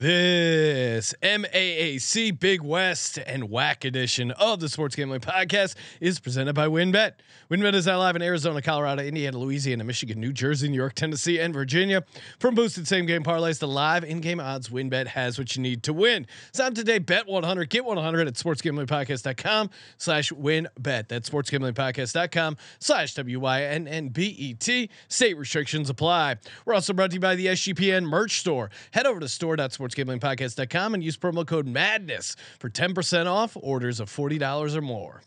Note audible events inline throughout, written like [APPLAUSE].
This MAAC Big West and Whack edition of the Sports Gambling Podcast is presented by WinBet. WinBet is now live in Arizona, Colorado, Indiana, Louisiana, Michigan, New Jersey, New York, Tennessee, and Virginia. From boosted same game parlays to live in game odds, WinBet has what you need to win. Sign up today, bet 100, get 100 at sportsgamblingpodcast.com slash winbet. That's sportsgamblingpodcast.com slash W-Y-N-N-B-E-T. E State restrictions apply. We're also brought to you by the SGPN merch store. Head over to store.sports sportsgamblingpodcast.com and use promo code MADNESS for 10% off orders of $40 or more.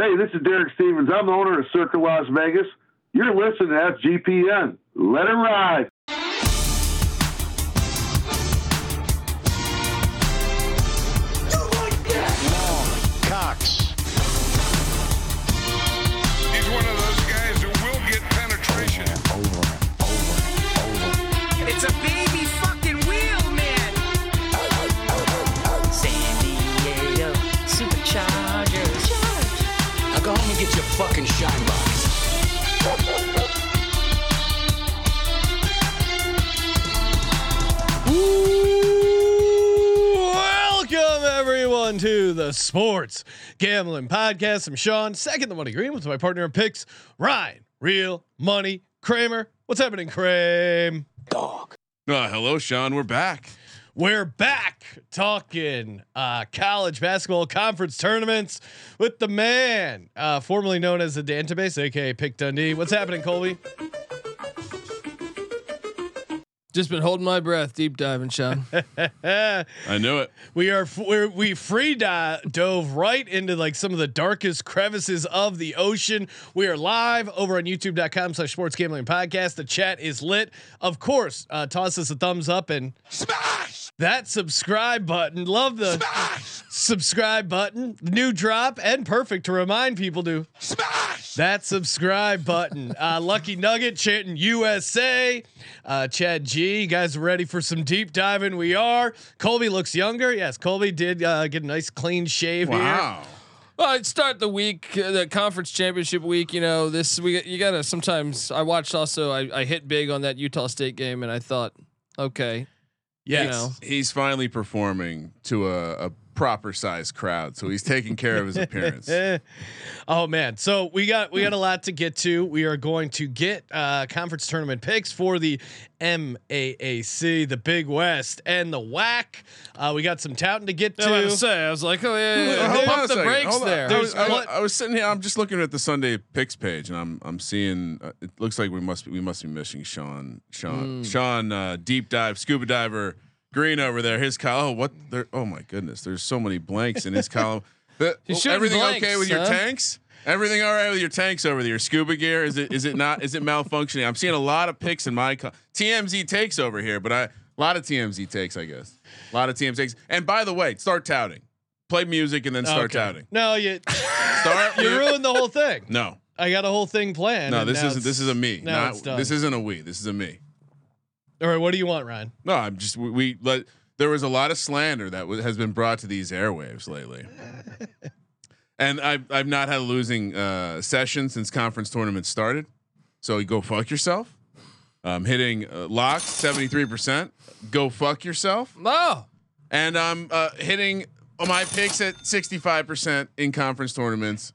Hey, this is Derek Stevens. I'm owner of Circa Las Vegas. You're listening to FGPN. Let it ride. He's one of those guys who will get penetration. It's a baby fucking wheel, man. San Diego Superchargers. Now go home and get your fucking shine box. Welcome, everyone, to the Sports Gambling Podcast. I'm Sean, second the money green with my partner in picks, Ryan, real money Kramer. What's happening, Kramer? Uh, hello, Sean. We're back. We're back talking uh, college basketball conference tournaments with the man, uh, formerly known as the Dantabase, aka Pick Dundee. What's happening, Colby? Just been holding my breath, deep diving, Sean. I knew it. We are f- we're, we free di- dove right into like some of the darkest crevices of the ocean. We are live over on youtube.com slash sports gambling podcast. The chat is lit. Of course, uh, toss us a thumbs up and Smash! that subscribe button. Love the Smash! subscribe button. New drop and perfect to remind people to Smash! that subscribe button. Uh, Lucky Nugget chanting USA. Uh, Chad G, you guys ready for some deep diving? We are. Colby looks younger. Yes, Colby did uh, get a nice clean shave here. Wow. [LAUGHS] well, I'd start the week, uh, the conference championship week. You know, this we you gotta sometimes. I watched also. I, I hit big on that Utah State game, and I thought, okay, Yes. you know, He's finally performing to a, a proper sized crowd, so he's taking care [LAUGHS] of his appearance. Eh. Oh man, so we got we got a lot to get to. We are going to get uh, conference tournament picks for the MAAC, the Big West, and the WAC. Uh, we got some touting to get I was about to. to say, I was like, oh yeah, yeah, Uh, yeah. hold on Pump a the second. brakes Hold on. there. I was, I, There's was- I was sitting here. I'm just looking at the Sunday picks page, and I'm I'm seeing. Uh, it looks like we must be, we must be missing Sean Hmm. Sean Sean uh, deep dive scuba diver Green over there. His column. Oh what? There, oh my goodness. There's so many blanks in [LAUGHS] his column. But, He's shooting everything okay blanks, with your huh? tanks? Everything all right with your tanks over there? Your scuba gear is it is it not is it malfunctioning? I'm seeing a lot of picks in my col- TMZ takes over here, but I a lot of TMZ takes, I guess. A lot of TMZ takes. And by the way, start touting. Play music and then start Okay. touting. No, you [LAUGHS] Start. you ruined the [LAUGHS] whole thing. No, I got a whole thing planned. no. and This now isn't. This it's- is a me. Now not- it's done. This isn't a we. This is a me. All right, what do you want, Ryan? No, I'm just we, we let. There was a lot of slander that w- has been brought to these [LAUGHS] airwaves lately, and I've I've not had a losing uh, session since conference tournament started. So you go fuck yourself. I'm hitting uh, locks seventy three percent. Go fuck yourself, Oh, and I'm uh, hitting my picks at sixty five percent in conference tournaments.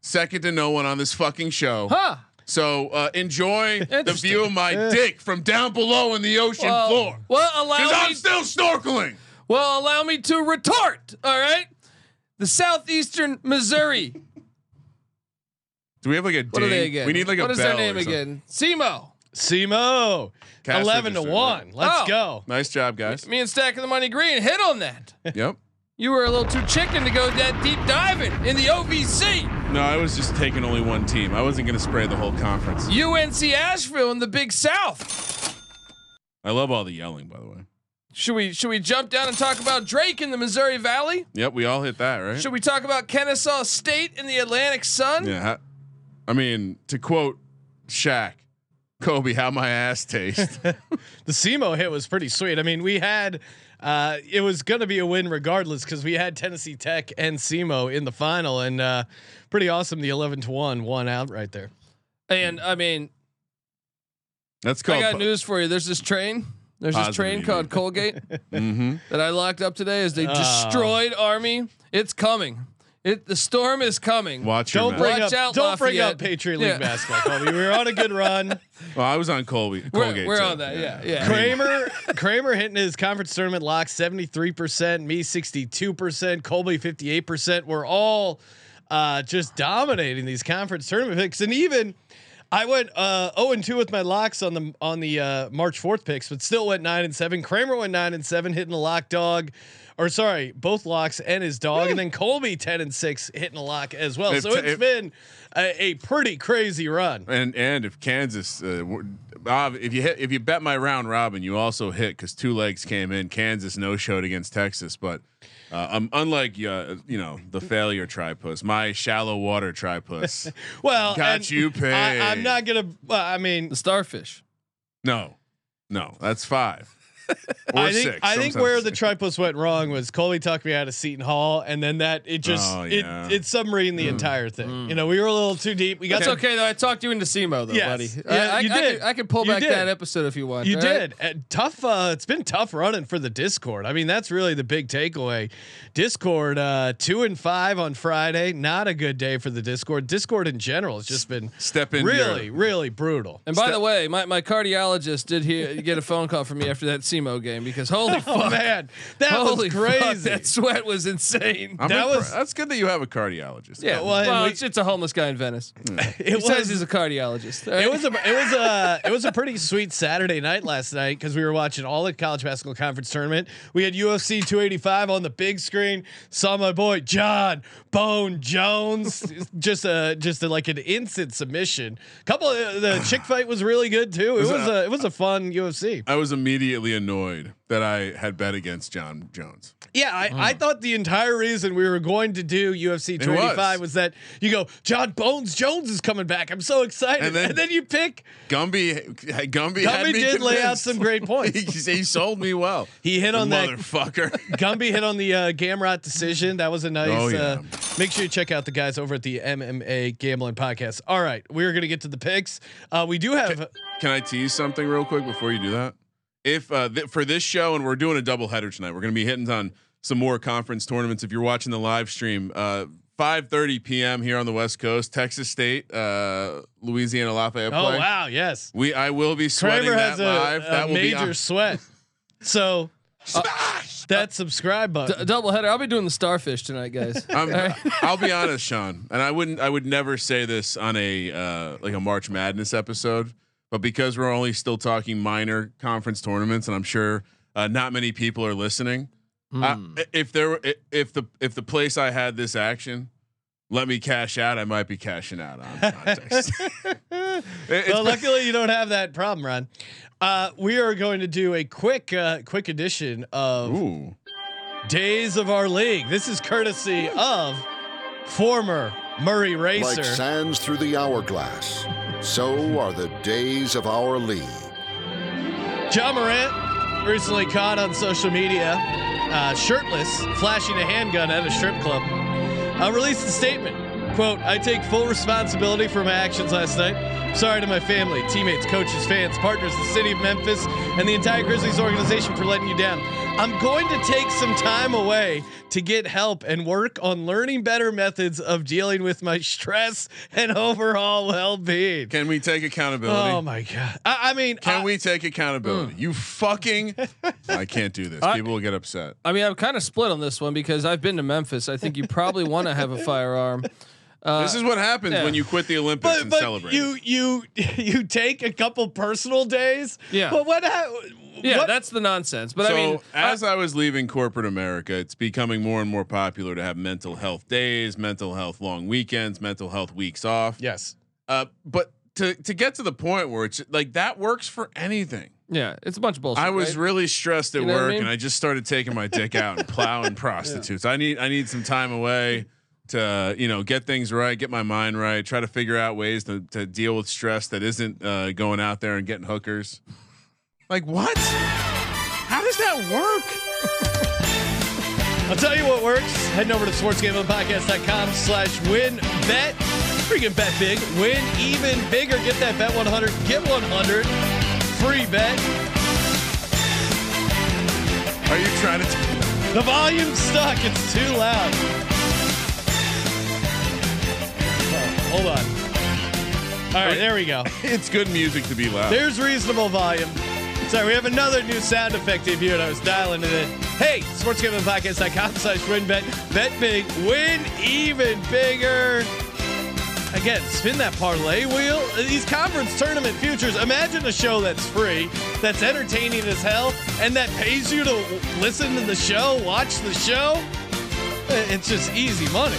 Second to no one on this fucking show. Hmm. huh. So uh, enjoy the Interesting. view of my dick from down below in the ocean floor. Well, well, Because allow I'm me still snorkeling. Well, allow me to retort. All right, the southeastern Missouri. Do we have like a What are they again? We need like a What is their bell name or something. again? Semo. Simo, Cast eleven to register, one. right? Let's Oh. go. Nice job, guys. Me and Stack of the Money Green hit on that. yep. You were a little too chicken to go that deep diving in the OVC. No, I was just taking only one team. I wasn't going to spray the whole conference. UNC Asheville in the Big South. I love all the yelling, by the way. Should we should we jump down and talk about Drake in the Missouri Valley? Yep, we all hit that, right? Should we talk about Kennesaw State in the Atlantic Sun? Yeah. ha- I mean, to quote Shaq, Kobe, how my ass tastes. [LAUGHS] The Simo hit was pretty sweet. I mean, we had uh, it was going to be a win regardless because we had Tennessee Tech and Simo in the final, and uh, pretty awesome. The eleven to one won out right there. And I mean, That's I called. got po- news for you. There's this train There's this Positive train EV. [LAUGHS] called Colgate Mm-hmm. that I locked up today as they Ah. destroyed Army. It's coming. It the storm is coming. Watch your Don't mouth. bring Watch up. out, don't bring up Lafayette. Patriot League Yeah. basketball, Colby. We were on a [LAUGHS] good run. Well, I was on Colby. We're, Colgate we're too. on that. Yeah, yeah. Kramer Kramer hitting his conference tournament lock 73%, me 62%, Colby 58%. We're all uh, just dominating these conference tournament picks. And even I went uh 0 and 2 with my locks on the on the uh, March 4th picks, but still went 9 and 7. Kramer went 9 and 7 hitting the lock dog. Or sorry, both locks and his dog, and then Colby ten and six hitting a lock as well. If so t- it's if- been a, a pretty crazy run. And and if Kansas, uh, were- ob- if you hit, if you bet my round robin, you also hit because two legs came in. Kansas no showed against Texas, but uh, um, unlike uh, you know the failure tripus, my shallow water [LAUGHS] tripus. Well, Got and you I, I'm paid. not gonna. Well, I mean, The starfish. no, no, that's five. Or I think six, I think sometimes [LAUGHS] where the six. tripos went wrong was Coley talked me out of Seton Hall, and then that it just Oh, yeah. Mm. it it submarined the entire thing. You know, we were a little too deep. We got Mm. That's some- okay though. I talked you into SEMO though, Yes. buddy. Yeah, I, I, you I did. could, I could pull You back did. that episode if you want. You all did. right? Uh, tough. Uh, it's been tough running for the Discord. I mean, that's really the big takeaway. Discord uh, two and five on Friday. Not a good day for the Discord. Discord in general has just been Step into your- really, really brutal. And by the way, my, my cardiologist did hear get a phone call from me after that SEMO game because holy [LAUGHS] [LAUGHS] Oh fuck, man, that holy was fuck, crazy. that sweat was insane. I'm that impre- was- that's good that you have a [LAUGHS] cardiologist. yeah, well, well, and we- Mm. it's, it's a homeless guy in Venice. it He says he's a cardiologist. all right? It was a it was a it was a pretty sweet Saturday night last night because we were watching all the college basketball conference tournament. We had UFC 285 on the big screen. Saw my boy John Bone Jones just a just a, like an instant submission. Couple of, the chick fight was really good too. It was uh, a it was a fun UFC. I was immediately annoyed that I had bet against John Jones. Yeah, I, Hmm. I thought the entire reason we were going to do UFC was. 285 was. that you go John Bones Jones is coming back. I'm so excited, And then- and then you pick. Gumby, Gumby, had Gumby me did lay out convinced. some [LAUGHS] great points. he, he sold me well. [LAUGHS] He hit The on that- motherfucker. [LAUGHS] Gumby hit on the uh, Gamrot decision. That was a nice. Oh, yeah. uh, make sure you check out the guys over at the MMA Gambling Podcast. All right, we're gonna get to the picks. Uh, we do have. Can I tease something real quick before you do that? If uh, th- for this show, and we're doing a double header tonight, we're going to be hitting on some more conference tournaments. If you're watching the live stream, uh, 5:30 p.m. here on the West Coast, Texas State, uh, Louisiana Lafayette. Oh play. wow! Yes, We I will be sweating Kramer that has a, live. a that will be major on- sweat. So uh, that subscribe D- button. double header. I'll be doing the starfish [LAUGHS] tonight, guys. I'm, I'll be honest, Sean, and I wouldn't. I would never say this on a uh, like a March Madness episode, but because we're only still talking minor conference tournaments, and I'm sure uh, not many people are listening. Hmm. I, if there, were- i- if the if the place I had this action, let me cash out. I might be cashing out on. on [LAUGHS] Texas. It- it's well, luckily you don't have that problem, Ron. Uh, we are going to do a quick, uh, quick edition of been- ooh, Days of Our League. This is courtesy of former Murray Racer. Like sands through the hourglass, so are the days of our league. John Morant recently caught on social media, uh, shirtless, flashing a handgun at a strip club. Uh, released a statement. Quote, I take full responsibility for my actions last night. Sorry to my family, teammates, coaches, fans, partners, the city of Memphis, and the entire Grizzlies organization for letting you down. I'm going to take some time away to get help and work on learning better methods of dealing with my [LAUGHS] stress and overall well being. can we take accountability? Oh my God. I, I mean, can I- Hmm. we take accountability? You fucking! I can't do this. People will get upset. I mean, I'm kind of split on this one because I've been to Memphis. I think you probably want to have a firearm. this is what happens yeah. when you quit the Olympics but, and but celebrate. you you [LAUGHS] you take a couple personal days. Yeah. But what? Ha- Yeah, what- that's the nonsense. But so I mean, as I, was leaving corporate America, it's becoming more and more popular to have mental health days, mental health long weekends, mental health weeks off. yes. Uh, but to to get to the point where it's like that works for anything. yeah, it's a bunch of bullshit. I was right? really stressed at You know what I work, mean? and I just started taking my dick out [LAUGHS] and plowing [LAUGHS] prostitutes. I need I need some time away to you know get things right, get my mind right, try to figure out ways to to deal with stress that isn't uh, going out there and getting hookers. Like what? How does that work? I'll tell you what works. Heading over to sportsgamblingpodcast.com slash win bet. Freaking bet big. Win even bigger. Get that bet 100. Get 100. Free bet. The volume's stuck. It's too loud. Oh, hold on. All right, there we go. [LAUGHS] It's good music to be loud. There's reasonable volume. Sorry, we have another new sound effect if you and I was dialing it in. Hey, sportsgamblingpodcast.com slash win bet. Bet big, win even bigger. Again, spin that parlay wheel. These conference tournament futures. Imagine a show that's free, that's entertaining as hell, and that pays you to w- listen to the show, watch the show. Uh, It's just easy money.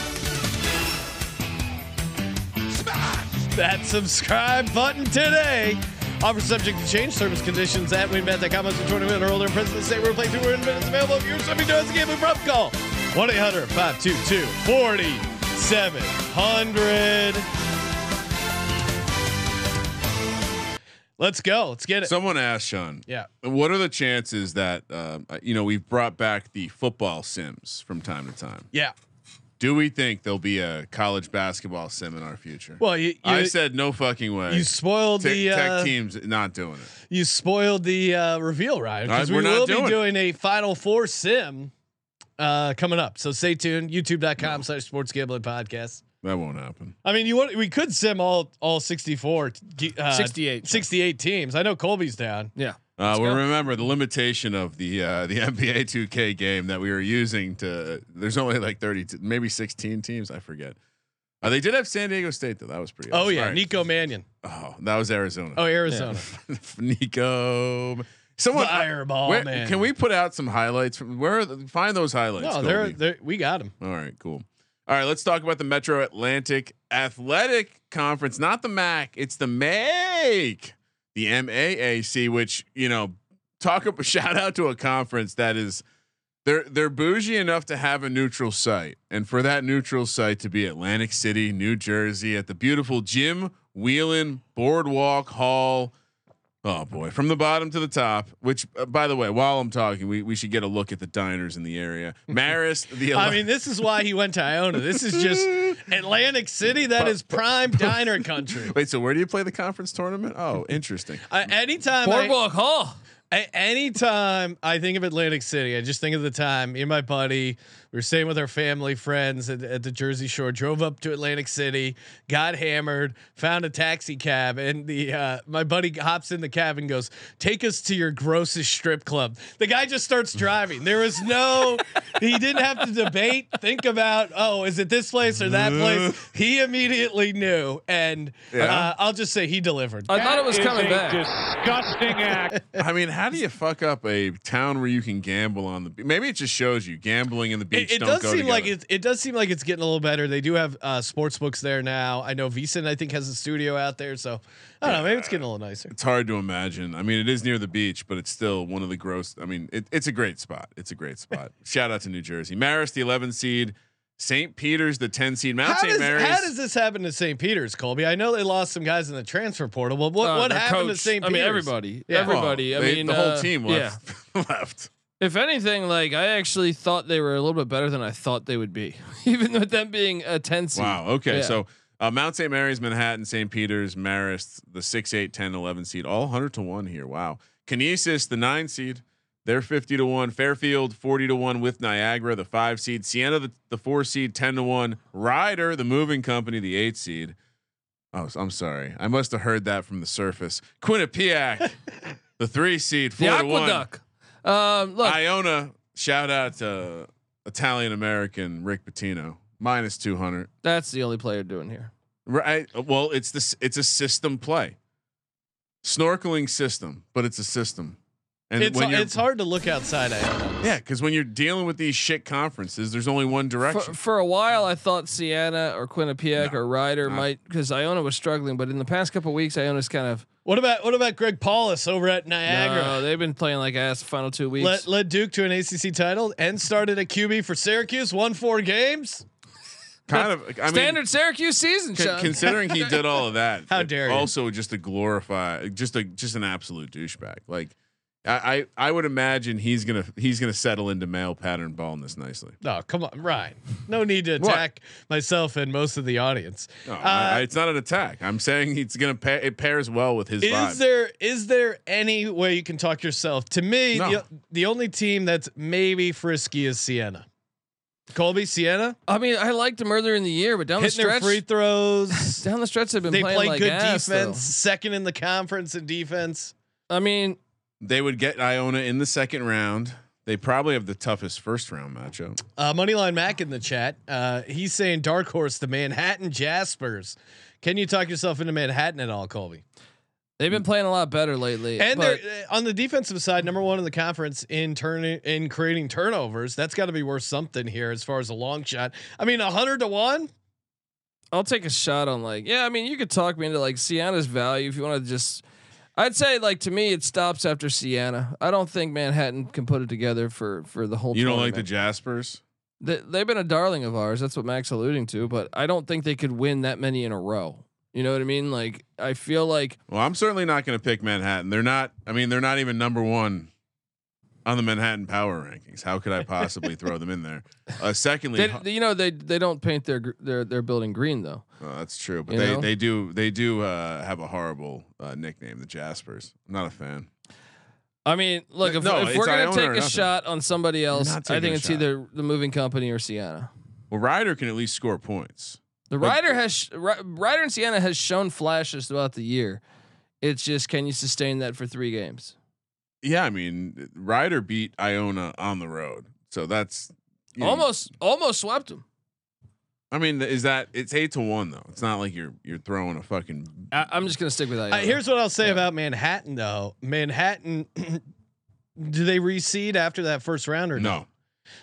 that subscribe button today. Offer subject to change. Service conditions at winbet.com. As a tournament or older, and present state where playthrough or invent is available. If you're somebody who does a gambling problem, call 1 800 522 4700. Let's go. Let's get it. Someone asked Sean, yeah. what are the chances that um, uh, you know we've brought back the football sims from time to time? Yeah. Do we think there'll be a college basketball sim in our future? Well, you, you, I said no fucking way. you spoiled Tech, the tech uh, teams not doing it. you spoiled the uh, reveal, Ryan, because Uh, we we're not will doing be it. doing a Final Four sim uh, coming up. So stay tuned. YouTube.com slash sports gambling podcast. That won't happen. I mean, you would, we could sim all all 64, t- uh, 68. 68 teams. I know Colby's down. Yeah. Uh, go. well, remember the limitation of the uh, the [LAUGHS] NBA 2K game that we were using to. There's only like 30, t- maybe 16 teams. I forget. Uh, they did have San Diego State though. That was pretty. Oh yeah, Sorry. Nico Mannion. Oh, that was Arizona. Oh Arizona. [LAUGHS] Nico. Someone Fireball, where- man. Can we put out some highlights from where? Are the, find those highlights. No, they're, Colby. they're we got him. All right, cool. All right, let's talk about the Metro Atlantic Athletic Conference, not the MAC. It's the MAC, the MAAC, which you know, talk about [LAUGHS] shout out to a conference that is they're they're bougie enough to have a neutral site, and for that neutral site to be Atlantic City, New Jersey, at the beautiful Jim Wheelan Boardwalk Hall. Oh boy, from the bottom to the top. Which, uh, by the way, while I'm talking, we, we should get a look at the diners in [LAUGHS] the area. Marist, the I mean, this is why he went to Iona. This is [LAUGHS] just Atlantic City. That is prime diner [LAUGHS] country. Wait, so where do you play the conference tournament? [LAUGHS] Oh, interesting. I, anytime I- Boardwalk Hall. A- anytime I think of Atlantic City, I just think of the time me and my buddy we were staying with our family friends at, at the Jersey Shore, drove up to Atlantic City, got hammered, found a taxi cab, and the uh, my buddy hops in the cab and goes, "Take us to your grossest strip club." The guy just starts driving. There was no, he didn't have to debate, think about, oh, is it this place or that place? He immediately knew, and uh, Yeah. I'll just say he delivered. I thought it was coming back. I mean, how do you fuck up a town where you can gamble on the? Be- Maybe it just shows you gambling and the beach. It, it don't does go seem like together. it, it does seem like it's getting a little better. They do have uh, sports books there now. I know Veasan I think has a studio out there, so I don't know. Maybe it's getting a little nicer. It's hard to imagine. I mean, it is near the beach, but it's still one of the gross. I mean, it, it's a great spot. It's a [LAUGHS] great spot. Shout out to New Jersey. Marist, the 11 seed. St. Peter's, the 10 seed. Mount How St. does, Mary's. how does this happen to St. Peter's, Colby? I know they lost some guys in the transfer portal, but what, Uh, what their happened to coach. St. I Peter's? mean, everybody. Yeah. Well, Everybody. I they- mean, the whole uh, team left. [LAUGHS] left. If anything, like I actually thought they were a little bit better than I thought they would be, [LAUGHS] even with them being a ten seed. Wow. Okay. Yeah. So uh, Mount St. Mary's, Manhattan, St. Peter's, Marist, the 6, 8, 10, 11 seed, all 100 to 1 here. Wow. Kinesis, the 9 seed, they're 50 to 1. Fairfield, 40 to 1 with Niagara, the 5 seed. Sienna, the, the 4 seed, 10 to 1. Ryder, the moving company, the 8 seed. Oh, I'm sorry. I must have heard that from the surface. [LAUGHS] Quinnipiac, the 3 seed, 4 The to 1. aqueduct. Um, look, Iona, shout out to Italian American Rick Pitino, minus 200. that's the only player doing here. Right. Well, it's this. It's a system play. Snorkeling system, but it's a system. And It's, when you're, it's hard to look outside. I yeah, because when you're dealing with these shit conferences, there's only one For, direction. for a while, I thought Sienna or Quinnipiac or Ryder not- might, because Iona was struggling. But in the past couple weeks, Iona's kind of what about what about Greg Paulus over at Niagara? No, they've been playing like ass the final two weeks. Led, led Duke to an ACC title and started a QB for Syracuse, won four games. kind of. I mean, Standard Syracuse season, con- Sean. considering he did all of that, [LAUGHS] How it- dare you. Also, just to glorify, just a just an absolute douchebag. Like I, I I would imagine he's gonna he's gonna settle into male pattern baldness nicely. No, come on, Ryan. No need to What? attack myself and most of the audience. No, Uh, I, I- it's not an attack. I'm saying it's gonna pair. It pairs well with his vibe. Is there is there any way you can talk yourself? To me, No. the, the only team that's maybe frisky is Sienna. Colby, Sienna I mean, I liked him earlier in the year, but down the hitting their stretch, free throws. down the stretch, [LAUGHS] they've been they playing play like good ass, though. defense, second in the conference in defense. I mean, they would get Iona in the second round. They probably have the toughest first round matchup. Uh, Moneyline Mac in the chat. Uh, he's saying dark horse the Manhattan Jaspers. Can you talk yourself into Manhattan at all, Colby? they've been playing a lot better lately. And but- they're uh, on the defensive side, number one in the conference in turning in creating turnovers. That's got to be worth something here as far as a long shot. I mean, hundred to one. I'll take a shot on like, yeah, I mean, you could talk me into like Sienna's value if you want to just. I'd say like to me, it stops after Sienna. I don't think Manhattan can put it together for for the whole. You don't like the tournament. Jaspers? They, they've been a darling of ours. That's what Mac's alluding to, but I don't think they could win that many in a row. You know what I mean? Like I feel like Well, I'm certainly not going to pick Manhattan. They're not. I mean, they're not even number one on the Manhattan Power rankings. How could [LAUGHS] I possibly throw them in there? Uh, secondly, they, you know they they don't paint their gr- their their building green though. Oh, that's true, but You they, know? they do they do uh, have a horrible uh, nickname, the Jaspers. I'm not a fan. I mean, look if, No, if it's we're gonna Iona take or a nothing. shot on somebody else, not I taking think a it's shot. either the moving company or Sienna. Well, Ryder can at least score points. The Like- rider has Ry- rider and Sienna has shown flashes throughout the year. It's just can you sustain that for three games? Yeah, I mean, Ryder beat Iona on the road, so that's you know, Almost almost swept him. I mean, is that it's eight to one though? It's not like you're you're throwing a fucking. I, I'm just gonna stick with that. Uh, here's what I'll say about Manhattan, though. Manhattan, [CLEARS THROAT] do they reseed after that first round or No,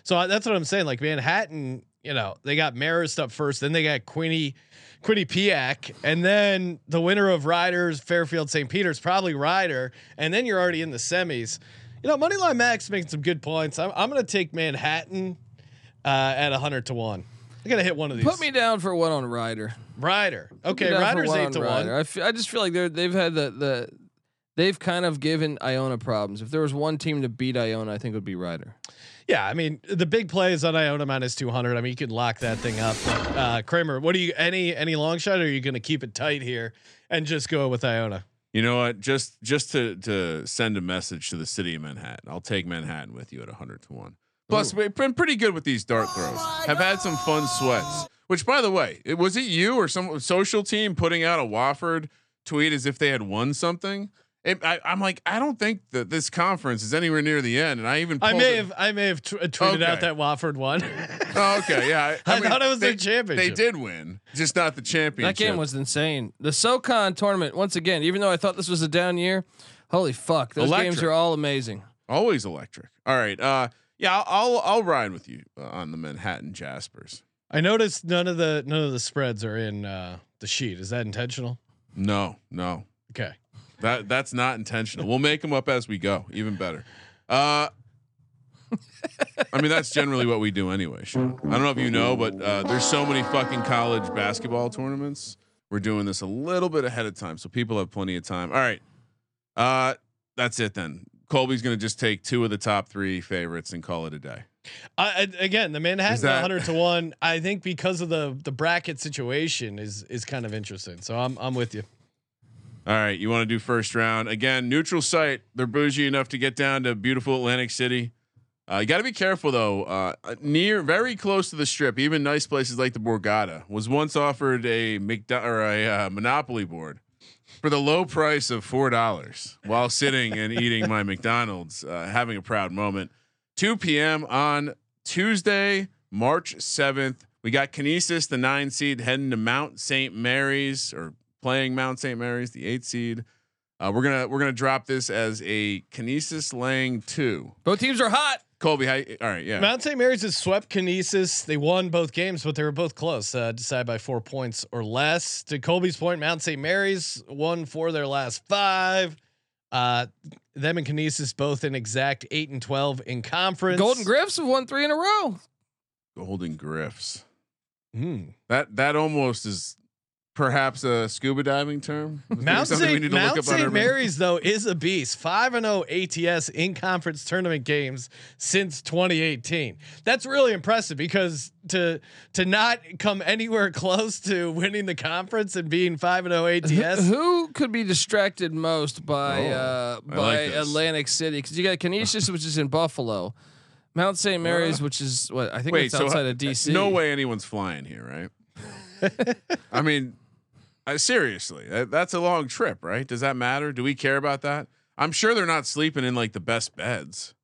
So I, that's what I'm saying. Like Manhattan, you know, they got Marist up first, then they got Quinny, Quinny Piak, and then the winner of Riders, Fairfield St. Peter's, probably Ryder, and then you're already in the semis. You know, Moneyline Max making some good points. I'm, I'm going to take Manhattan uh, at 100 to 1. I got to hit one of these. Put me down for one on Ryder. Ryder. Put me Okay, down for Ryder's one 8 on to Ryder. 1. I, f- I just feel like they're they've had the the they've kind of given Iona problems. If there was one team to beat Iona, I think it would be Ryder. Yeah, I mean, the big play is on Iona minus 200. I mean, you can lock that thing up. But, uh, Kramer, what do you, any any long shot, or are you going to keep it tight here and just go with Iona? you know what? Just just to to send a message to the city of Manhattan, I'll take Manhattan with you at hundred to one. Plus, we've been pretty good with these dart throws. Have had some fun sweats. Which, by the way, it, was it you or some social team putting out a Wofford tweet as if they had won something? It, I, I'm like, I don't think that this conference is anywhere near the end. And I even I pulled may it- have I may have t- tweeted out Okay. that Wofford one. [LAUGHS] Oh, okay, yeah. I thought it was they, their championship. They did win, just not the That championship. game was insane. The SoCon tournament once again. Even though I thought this was a down year, holy fuck, those games Electric. are all amazing. always electric. All right, uh, yeah, I'll I'll, I'll ride with you uh, on the Manhattan Jaspers. I noticed none of the none of the spreads are in uh, the sheet. Is that intentional? No, no, Okay. that that's not intentional. We'll make them up as we go. Even better. Uh, I mean, that's generally what we do anyway. Sean. I don't know if you know, but uh, there's so many fucking college basketball tournaments. We're doing this a little bit ahead of time, so people have plenty of time. All right, uh, that's it then. Colby's gonna just take two of the top three favorites and call it a day. I, I- again, the Is Manhattan that- 100 to 1, I think because of the the bracket situation is is kind of interesting. So I'm I'm with you. All right, you want to do first round again? Neutral site. They're bougie enough to get down to beautiful Atlantic City. Uh, you got to be careful though. Uh, near, very close to the Strip, even nice places like the Borgata was once offered a McDo- or a uh, Monopoly board for the low price of four dollars while sitting and eating my [LAUGHS] McDonald's, uh, having a proud moment. 2 p.m. on Tuesday, March seventh. We got Kinesis, the nine seed, heading to Mount St. Mary's or playing Mount St. Mary's, the eight seed. Uh, we're gonna we're gonna drop this as a Kinesis Lang two. Both teams are hot. Colby, how, you- all right, yeah. Mount St. Mary's has swept Kinesis. They won both games, but they were both close. Uh, decided by four points or less. To Colby's point, Mount St. Mary's won four of their last five. Uh, them and Kinesis both in exact eight and twelve in conference. Golden Griffs have won three in a row. Golden Griffs. Mm. That that almost is perhaps a scuba diving term? Is there Mount something we St. need to look Mount up on our- St. Mary's though is a beast. Five and oh zero ATS in conference tournament games since 2018. That's really impressive because to to not come anywhere [LAUGHS] close to winning the conference and being five [LAUGHS] and oh zero ATS. Who could be distracted most by Oh, uh, I by like this. Atlantic City? Because you got Canisius, which is in Buffalo, Mount St. Mary's, which is what I think Uh-huh. Wait, it's so outside uh, of DC. No way anyone's flying here, right? [LAUGHS] I mean, I, seriously, that, that's a long trip, right? Does that matter? Do we care about that? I'm sure they're not sleeping in like the best beds.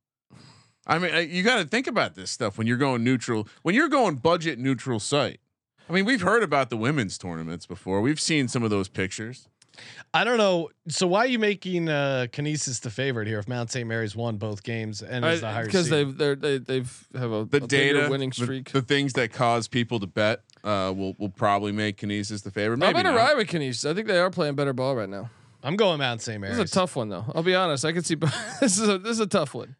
I mean, I, you got to think about this stuff when you're going neutral, when you're going budget neutral site. I mean, we've heard about the women's tournaments before. We've seen some of those pictures. I don't know. So why are you making uh, Kinesis the favorite here if Mount St. Mary's won both games and is the higher Because seed? they've they're, they they've have a The a bigger data, winning the- streak. The, things that cause people to bet uh, will will probably make Kinesis the favorite. I'm Maybe gonna not. ride with Canisius. I think they are playing better ball right now. I'm going Mount St. This Mary's. is a tough one though. I'll be honest. I can see [LAUGHS] this is a this is a tough one.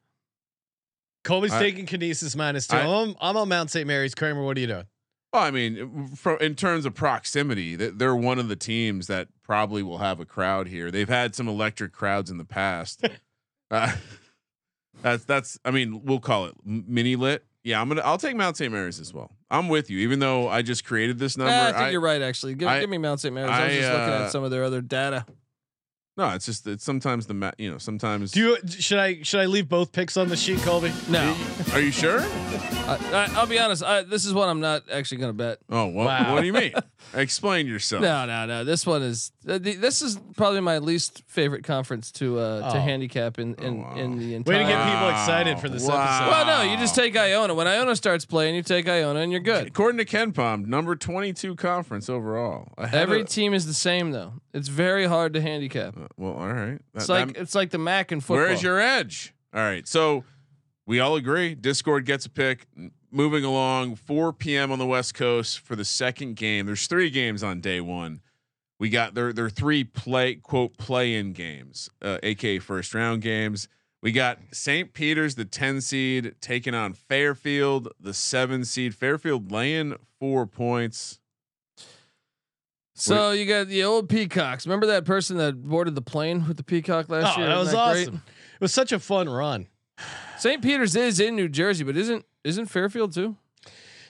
Colby's I- taking Kinesis minus two. I- I, am I'm on Mount St. Mary's. Kramer, what are you doing? Well, I mean, fro- in terms of proximity, th- they're one of the teams that probably will have a crowd here. They've had some electric crowds in [LAUGHS] the past. Uh, that's that's. I mean, we'll call it m- mini lit. Yeah, I'm gonna. I'll take Mount St. Mary's as well. I'm with you, even though I just created this number. Ah, I think I- you're right. Actually, give, I- give me Mount St. Mary's. I, was I, just looking uh, at some of their other data. no, it's just that sometimes the ma- you know sometimes. Do you should I should I leave both picks on the sheet, Colby? No, are you sure? I, I, I'll be honest. I, this is one I'm not actually gonna bet. Oh, well, Wow. what do [LAUGHS] you mean? Explain yourself. No, no, no. This one is uh, the, this is probably my least favorite conference to uh, to Oh. handicap in in, Oh, wow. in the Way entire. to get people excited for this episode. well, no, you just take Iona. When Iona starts playing, you take Iona, and you're good. According to Ken Palm, number 22 conference overall. Ahead Every of- team is the same though. It's very hard to handicap. well, all right. That- It's that- like it's like the Mac in football. Where is your edge? All right. So we all agree Discord gets a pick. M- Moving along, 4 p.m. on the West Coast for the second game. There's three games on day one. We got there. There are three play quote play in games, uh, aka first round games. We got St. Peter's, the 10 seed, taking on Fairfield, the seven seed. Fairfield laying four points. So you got the old peacocks. Remember that person that boarded the plane with the peacock last Oh, year? that was Isn't great? awesome. It was such a fun run. St. Peter's is in New Jersey, but isn't isn't Fairfield too?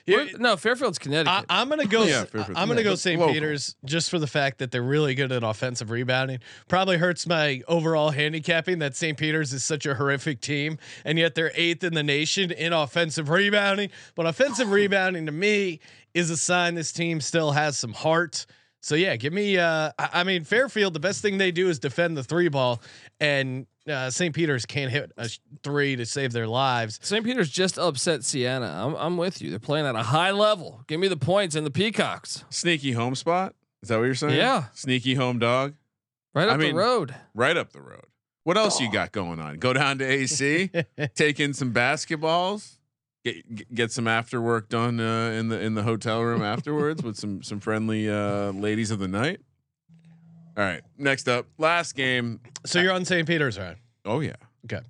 Where- It- no, Fairfield's Connecticut. I, I'm gonna go. Yeah, s- fair, fair, I'm gonna yeah, go but St. local. Peter's just for the fact that they're really good at offensive rebounding. Probably hurts my overall handicapping that St. Peter's is such a horrific team, and yet they're eighth in the nation in offensive rebounding. But offensive rebounding to me is a sign this team still has some heart. So yeah, give me. Uh, I, I mean, Fairfield. The best thing they do is defend the three ball, and uh, St. Peter's can't hit a sh- three to save their lives. St. Peter's just upset Siena. I'm, I'm with you. They're playing at a high level. Give me the points and the Peacocks Sneaky home spot. Is that what you're saying? Yeah. Sneaky home dog. right I up mean- the road. right up the road. What else you got going on? Go down to [LAUGHS] AC, take in some basketballs, get get- get some after work done uh, in the in the hotel room afterwards with some some friendly uh, ladies of the night. All right, next up, last game. So you're on St. Peter's, right? Oh yeah, [LAUGHS] Okay.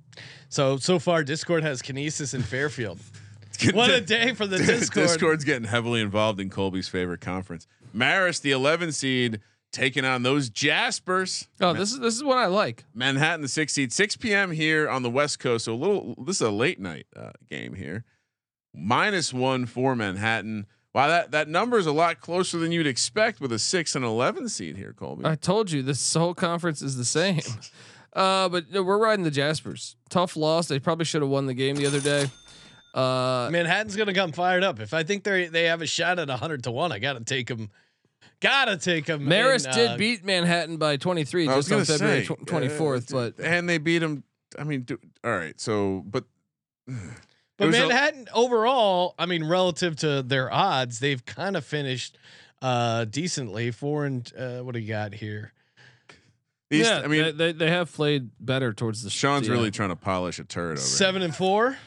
So so far, Discord has Kinesis and [LAUGHS] Fairfield. What a day for the [LAUGHS] Discord. Discord's getting heavily involved in Colby's favorite conference. Maris, the 11 seed, taking on those Jaspers. Oh, this is this is what I like. Manhattan, the six seed, 6 p.m. here on the West Coast. So a little, this is a late night uh, game here. Minus one for Manhattan. Wow, that that number is a lot closer than you'd expect with a six and eleven seed here, Colby. I told you this whole conference is the [LAUGHS] same. Uh, but no, we're riding the Jaspers. Tough loss. They probably should have won the game the other day. [LAUGHS] Uh, Manhattan's gonna come fired up. If I think they they have a shot at hundred to one, I gotta take them. Gotta take uh, them. Maris did beat Manhattan by 23 uh, I was just on gonna February say, tw- 24th, yeah, but and they beat him. I mean, do, all right. So, but it But was a- Manhattan overall, I mean, relative to their odds, they've kind of finished uh decently. Four and uh, what do you got here? these, yeah, I mean, they, they they have played better towards the. Sean's the really end. trying to polish a turd over. here. Seven and four.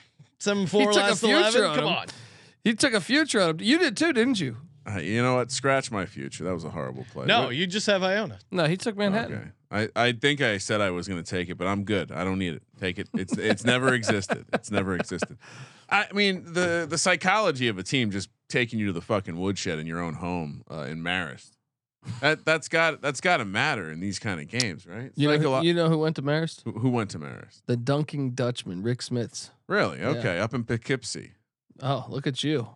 Seven and four took a last future eleven. on Come him. on. He took a future out of you did too, didn't you? Uh, you know what? Scratch my future. That was a horrible play. No, What- you just have Iona. No, he took Manhattan. Okay. [LAUGHS] I, I think I said I was going to take it, but I'm good. I don't need it. Take it. It's it's never existed. It's never existed. I mean the the psychology of a team just taking you to the fucking woodshed in your own home uh, in Marist. That that's got that's got to matter in these kind of games, right? It's You know, like who, a lot- you know who went to Marist? who- who went to Marist? The dunking Dutchman, Rick Smiths. Really? Okay, up in Poughkeepsie. Oh, look at you.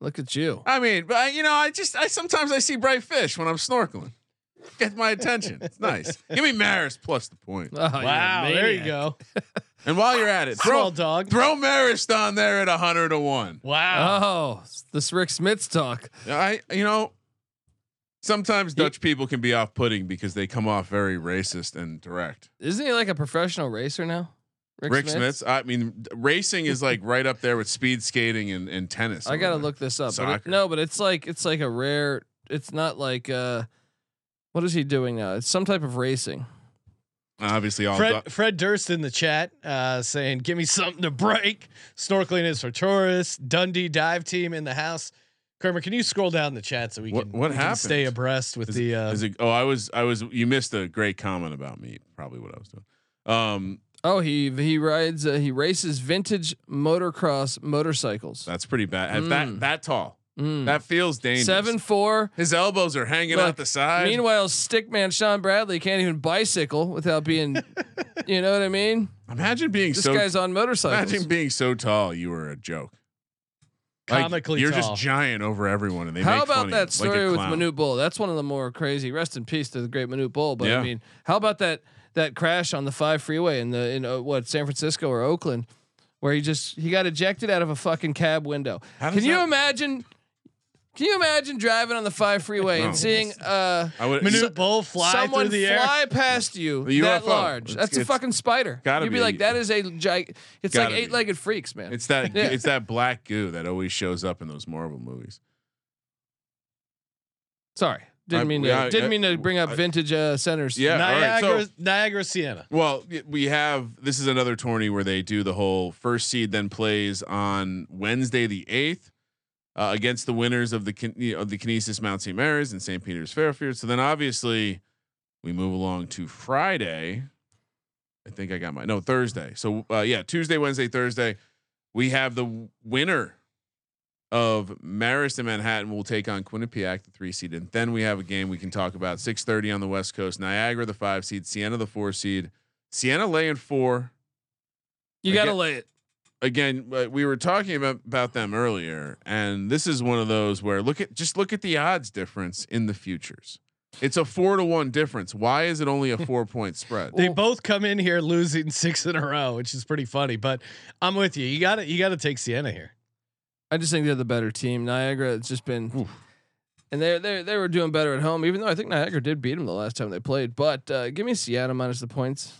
Look at you. I mean, but I, you know, I just I sometimes I see bright fish when I'm snorkeling. Get my attention. [LAUGHS] It's nice. Give me Marist plus the point. Oh, you're a Wow, there you maniac. go. And while you're at it, Small throw dog. throw Marist on there at hundred to one. Wow. Oh, s- this Rick Smiths talk. I you know, sometimes Dutch people can be off-putting because they come off very racist and direct. Isn't he like a professional racer now? Rick Smiths. I mean, racing is like right up there with speed skating and, and tennis. I gotta look this up. but it- Soccer. no, but it's like it's like a rare. It's not like uh, what is he doing now? It's some type of racing. Obviously, all Fred Fred Durst in the chat uh, saying, "Give me something to break." Snorkeling is for tourists. Dundee dive team in the house. Kramer, can you scroll down the chat so we What- can, what we can happened? stay abreast with Is- the uh, is it- oh, I was, I was. You missed a great comment about me. Probably what I was doing. Um, Oh, he he rides uh, he races vintage motocross motorcycles. that's pretty bad. At Mm. That that tall. Mm. That feels dangerous. Seven four. His elbows are hanging Look, out the side. Meanwhile, stickman Sean Bradley can't even bicycle without [LAUGHS] being, you know what I mean. imagine being This so. guy's on motorcycles. imagine being so tall. You were a joke. Like, comically you're tall. just giant over everyone, and they. how make fun about of you, like that a story with clown. Manute Bull? That's one of the more crazy. Rest in peace to the great Manute Bull. But I Yeah. mean, how about that that crash on the five freeway in the in uh, what San Francisco or Oakland, where he just he got ejected out of a fucking cab window. How does Can you that- imagine? Can you imagine driving on the five freeway No. and seeing uh I would. minute bull fly someone through the air? fly past you The that UFO. large? It's- That's a it's fucking spider. gotta You'd be, be. like, that is a gig. It's like Gotta be. eight legged freaks, man. It's [LAUGHS] that Yeah. it's that black goo that always shows up in those Marvel movies. Sorry, didn't I- mean to, yeah, I- didn't mean to I- bring up I- vintage uh, centers. Yeah, all right, Niagara, so- Niagara Siena. well, y- we have this is another tourney where they do the whole first seed then plays on Wednesday the eighth uh, against the winners of the kin- you know, of the Kinesis Mount St Mary's and St Peter's Fairfield. So then obviously we move along to Friday. I think I got my no Thursday. So uh, yeah, Tuesday, Wednesday, Thursday, we have the w- winner of Marist and Manhattan will take on Quinnipiac, the three seed, and then we have a game we can talk about. Six thirty on the West Coast, Niagara, the five seed, Sienna, the four seed, Sienna laying four you I gotta get- lay it. again. uh, We were talking about about them earlier, and this is one of those where look at just look at the odds difference in the futures. It's a four to one difference. Why is it only a four point spread? They both come in here losing [LAUGHS] six in a row, which is pretty funny. But I'm with you. You got to you got to take Siena here. I just think they're the better team. Niagara, it's just been, and they they they were doing better at home. Even though I think Niagara did beat them the last time they played, but uh, give me Seattle minus the points.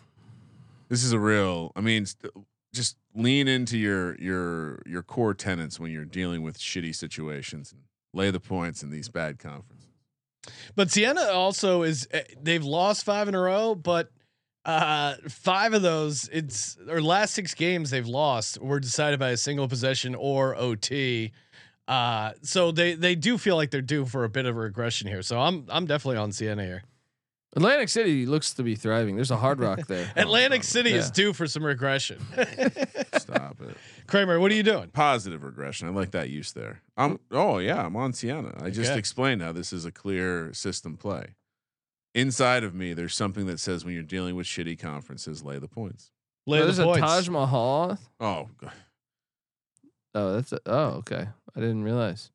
This is a real. I mean, st- just lean into your your your core tenets when you're dealing with shitty situations and lay the points in these bad conferences. But Siena also is eh, they've lost five in a row, but uh five of those it's or last six games they've lost were decided by a single possession or OT. Uh so they they do feel like they're due for a bit of regression here. So I'm I'm definitely on Siena here. Atlantic City looks to be thriving. There's a hard rock [LAUGHS] there. Atlantic City is Oh, Yeah. due for some regression. Stop it. Kramer, what are you doing? Positive regression. I like that use there. I'm. Oh yeah, I'm on Sienna. I just Okay. explained how this is a clear system play. Inside of me, there's something that says when you're dealing with shitty conferences, lay the points. Lay Oh, the there's a points. Taj Mahal. Oh, God. Oh, that's a, oh okay. I didn't realize.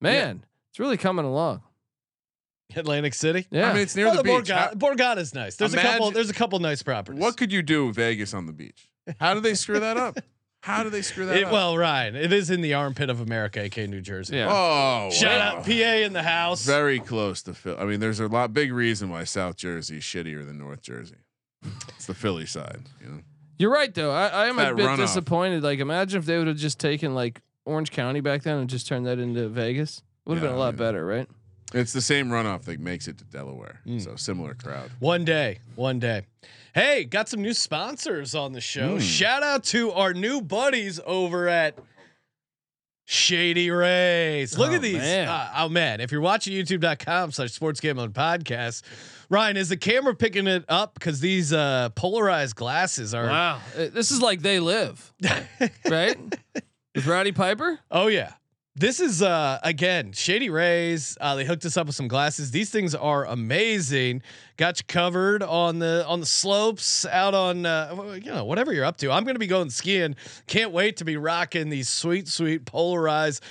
Man, it's really coming along. Atlantic City. Yeah, I mean it's near Well, the, the beach. How- Borgata, Borgata's nice. There's a couple. Imagine- There's a couple nice properties. what could you do, Vegas, on the beach? How do they screw that up? How do they screw that It- up? well, Ryan, it is in the armpit of America, aka New Jersey. yeah. Oh, Shout wow. out PA in the house. Very close to Philly. I mean, there's a lot big reason why South Jersey is shittier than North Jersey. It's the Philly side. You know? You're right though. I, I am a That bit runoff. disappointed. Like, imagine if they would have just taken like Orange County back then and just turned that into Vegas. Would have Yeah, been a I lot mean- better, right? It's the same runoff that makes it to Delaware. Hmm. So similar crowd. One day, one day. Hey, got some new sponsors on the Hmm. show. Shout out to our new buddies over at Shady Rays. Look Oh, at these. man. Uh, oh man, if you're watching youtube.com slash sports gambling podcast, Ryan, is the camera picking it up? Because these uh polarized glasses are Wow. [LAUGHS] This is like they live, right? With Roddy Piper? oh yeah. This is uh again Shady Rays. Uh, they hooked us up with some glasses. These things are amazing. Got you covered on the on the slopes, out on uh, you know whatever you're up to. I'm gonna be going skiing. Can't wait to be rocking these sweet sweet polarized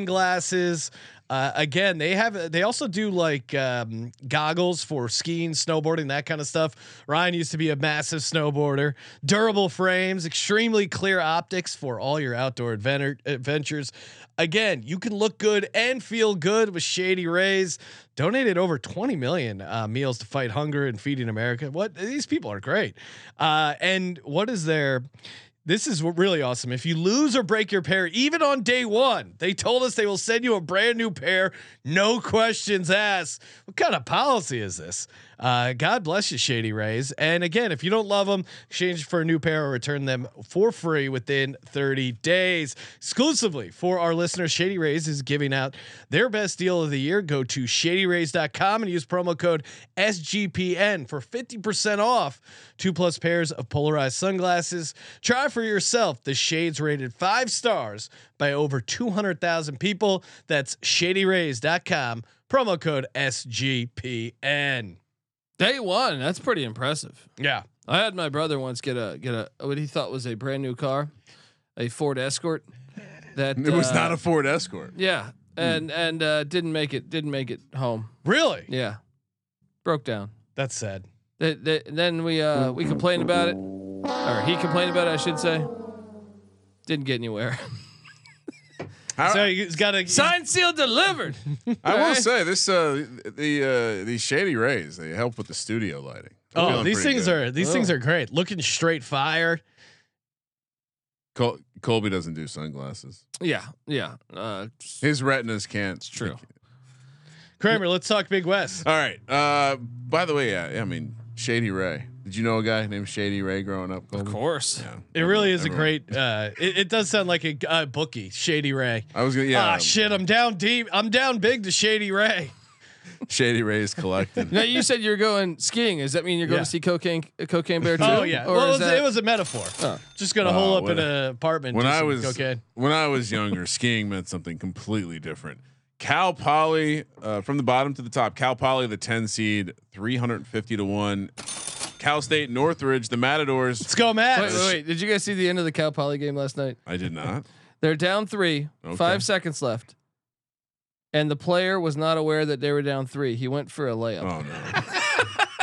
sunglasses. Uh, again, they have they also do like um, goggles for skiing, snowboarding, that kind of stuff. Ryan used to be a massive snowboarder. Durable frames, extremely clear optics for all your outdoor adventure, adventures. Again, you can look good and feel good with Shady Rays. Donated over 20 million uh, meals to fight hunger and feeding America. What these people are great. Uh, and what is their this is w- really awesome. If you lose or break your pair, even on day one, they told us they will send you a brand new pair, no questions asked. What kind of policy is this? Uh, God bless you, Shady Rays. And again, if you don't love them, exchange for a new pair or return them for free within 30 days. Exclusively for our listeners, Shady Rays is giving out their best deal of the year. Go to shadyrays.com and use promo code SGPN for 50% off two plus pairs of polarized sunglasses. Try for yourself the shades rated five stars by over 200,000 people. That's shadyrays.com, promo code SGPN. Day one. That's pretty impressive. Yeah. I had my brother once get a get a what he thought was a brand new car, a Ford Escort. That It was uh, not a Hmm. Ford Escort. yeah, and and uh, didn't make it didn't make it home. Really? Yeah, broke down. That's sad. Th- th- then we uh, we complained about it, or he complained about it, I should say. Didn't get anywhere. [LAUGHS] I- So he's got to Signed, sealed, delivered. I will Alright. say this: uh, the uh, these shady rays they help with the studio lighting. I'm Oh, feeling these pretty things good. Oh. are these things are great. Looking straight fire. Col- Colby doesn't do sunglasses. Yeah, yeah. Uh, it's His retinas can't. It's true. Kramer, let's talk Big West. [LAUGHS] All right. Uh, by the way, yeah, I mean Shady Ray. Did you know a guy named Shady Ray growing up? Of Colby? course. Yeah. It really is a Everyone- great. Uh, it, it does sound like a uh, bookie, Shady Ray. I was gonna. Yeah. Ah, shit, I'm down deep. I'm down big to Shady Ray. Shady Ray is [LAUGHS] collected. Now you said you're going skiing. Does that mean you're going Yeah. to see cocaine uh, cocaine bear too? Oh yeah, Or well, it is was, that- it was a metaphor. Just gonna Wow, hole up what in a- an apartment. when do I some was cocaine. when I was younger, skiing meant something completely different. Cal Poly, uh, from the bottom to the top. Cal Poly, the ten seed, three hundred and fifty to one. Cal State Northridge, the Matadors. Let's go, Matt. Wait, wait, wait. Did you guys see the end of the Cal Poly game last night? I did not. They're down three, Okay. five seconds left. And the player was not aware that they were down three. He went for a layup. Oh no.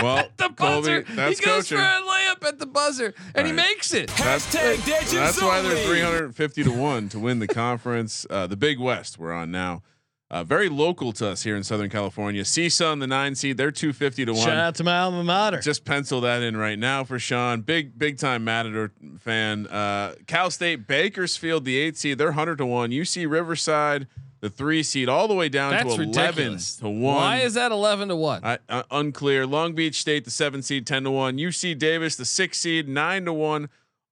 Well, The buzzer. Colby, that's he goes coaching. for a layup at the buzzer, and he Right. makes it. That's, Hashtag Digits that's why they're only. 350 to 1 to win the conference. Uh, the Big West we're on now. Uh, very local to us here in Southern California. CSUN, the 9 seed, they're 250 to 1. Shout out to my alma mater. Just pencil that in right now for Sean. Big, big time Matador fan. Uh, Cal State, Bakersfield, the 8 seed, they're 100 to 1. UC Riverside, the 3 seed, all the way down That's to 11 ridiculous. to 1. Why is that eleven to one? I, uh, unclear. Long Beach State, the seven seed, ten to one. UC Davis, the six seed, nine to one.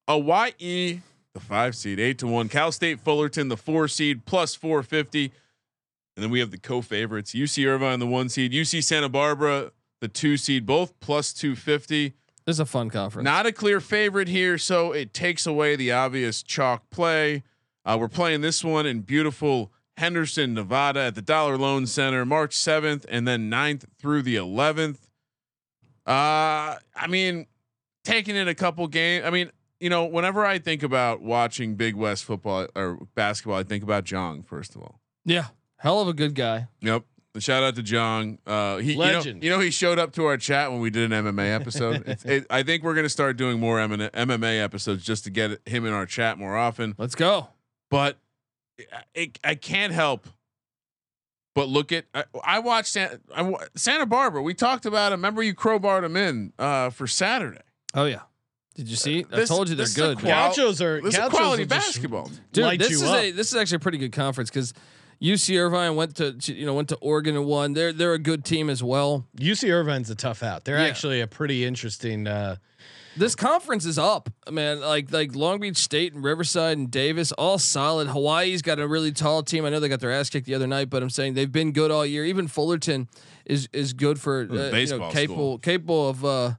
Hawaii, the five seed, eight to one. Cal State Fullerton, the four seed, plus four fifty. And then we have the co-favorites: UC Irvine, the one seed, UC Santa Barbara, the two seed, both plus two fifty. this is a fun conference. Not a clear favorite here, so it takes away the obvious chalk play. Uh, we're playing this one in beautiful Henderson, Nevada at the Dollar Loan Center, March 7th and then 9th through the 11th. Uh, I mean, taking in a couple games. I mean, you know, whenever I think about watching Big West football or basketball, I think about Jong, first of all. yeah, hell of a good guy. Yep. Shout out to Jong. Uh, he, you know- Legend. You know, he showed up to our chat when we did an MMA episode. It's- it, I think we're going to start doing more M&A MMA episodes just to get him in our chat more often. Let's go. But it, I can't help but look at. I, I watched San, I, wa- Santa Barbara. We talked about him. Remember, you crowbarred him in uh, for Saturday. Oh yeah. Did you see? This- I told you they're this is a good. qual- man. Gauchos are This is gauchos quality will just basketball. Dude, light this you is up. a this is actually a pretty good conference because UC Irvine went to to- you know went to Oregon and won. They're they're a good team as well. UC Irvine's a tough out. They're Yeah. actually a pretty interesting. Uh, This conference is up, man. Like like Long Beach State and Riverside and Davis, all solid. Hawaii's got a really tall team. I know they got their ass kicked the other night, but I'm saying they've been good all year. Even Fullerton is is good for was a uh, you know, baseball capable school. capable of uh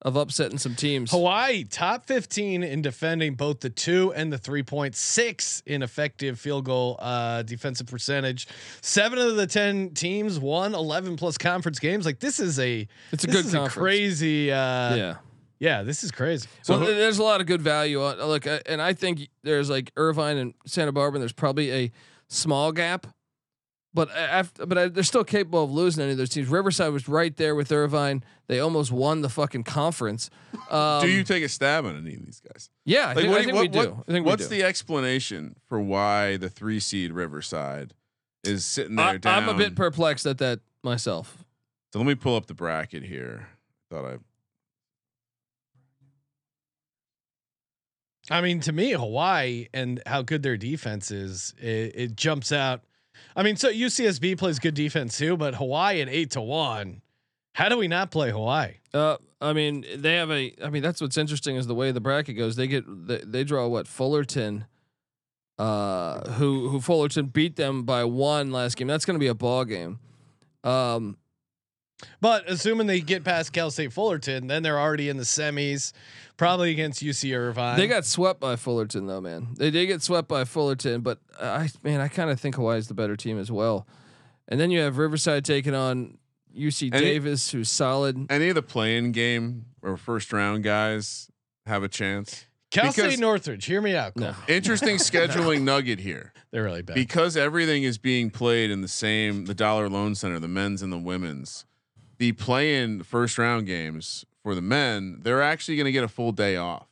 of upsetting some teams. Hawaii top 15 in defending both the two and the 3.6 in effective field goal uh, defensive percentage. Seven of the 10 teams won 11 plus conference games. Like this is a It's a this good is conference. crazy. Uh, yeah, yeah. this is crazy. well, th- there's a lot of good value on look, I, and I think there's like Irvine and Santa Barbara. And there's probably a small gap, but after, but I, they're still capable of losing any of those teams. Riverside was right there with Irvine. They almost won the fucking conference. Um, [LAUGHS] do you take a stab at any of these guys? Yeah, I think, I do you- think we do. I think we what's do. the explanation for why the three seed Riverside is sitting there I, down? I'm a bit perplexed at that myself. So let me pull up the bracket here. Thought I I mean, to me, Hawaii and how good their defense is, it, it jumps out. I mean, so UCSB plays good defense too, but Hawaii at eight to one. How do we not play Hawaii? Uh, I mean, they have a. I mean, that's what's interesting is the way the bracket goes. They get they, they draw what Fullerton, uh, who who Fullerton beat them by one last game. That's going to be a ball game. Um, But assuming they get past Cal State Fullerton, then they're already in the semis, probably against UC Irvine. they got swept by Fullerton though, man. They did get swept by Fullerton, but I man, I kind of think Hawaii's the better team as well. And then you have Riverside taking on UC Any- Davis, who's solid. any of the playing game or first round guys have a chance. Cal State because- Northridge. Hear me out. No. Cole. [LAUGHS] Interesting scheduling nugget here. They're really bad. Because everything is being played in the same the Dollar Loan Center, the men's and the women's. The play-in first round games for the men, they're actually going to get a full day off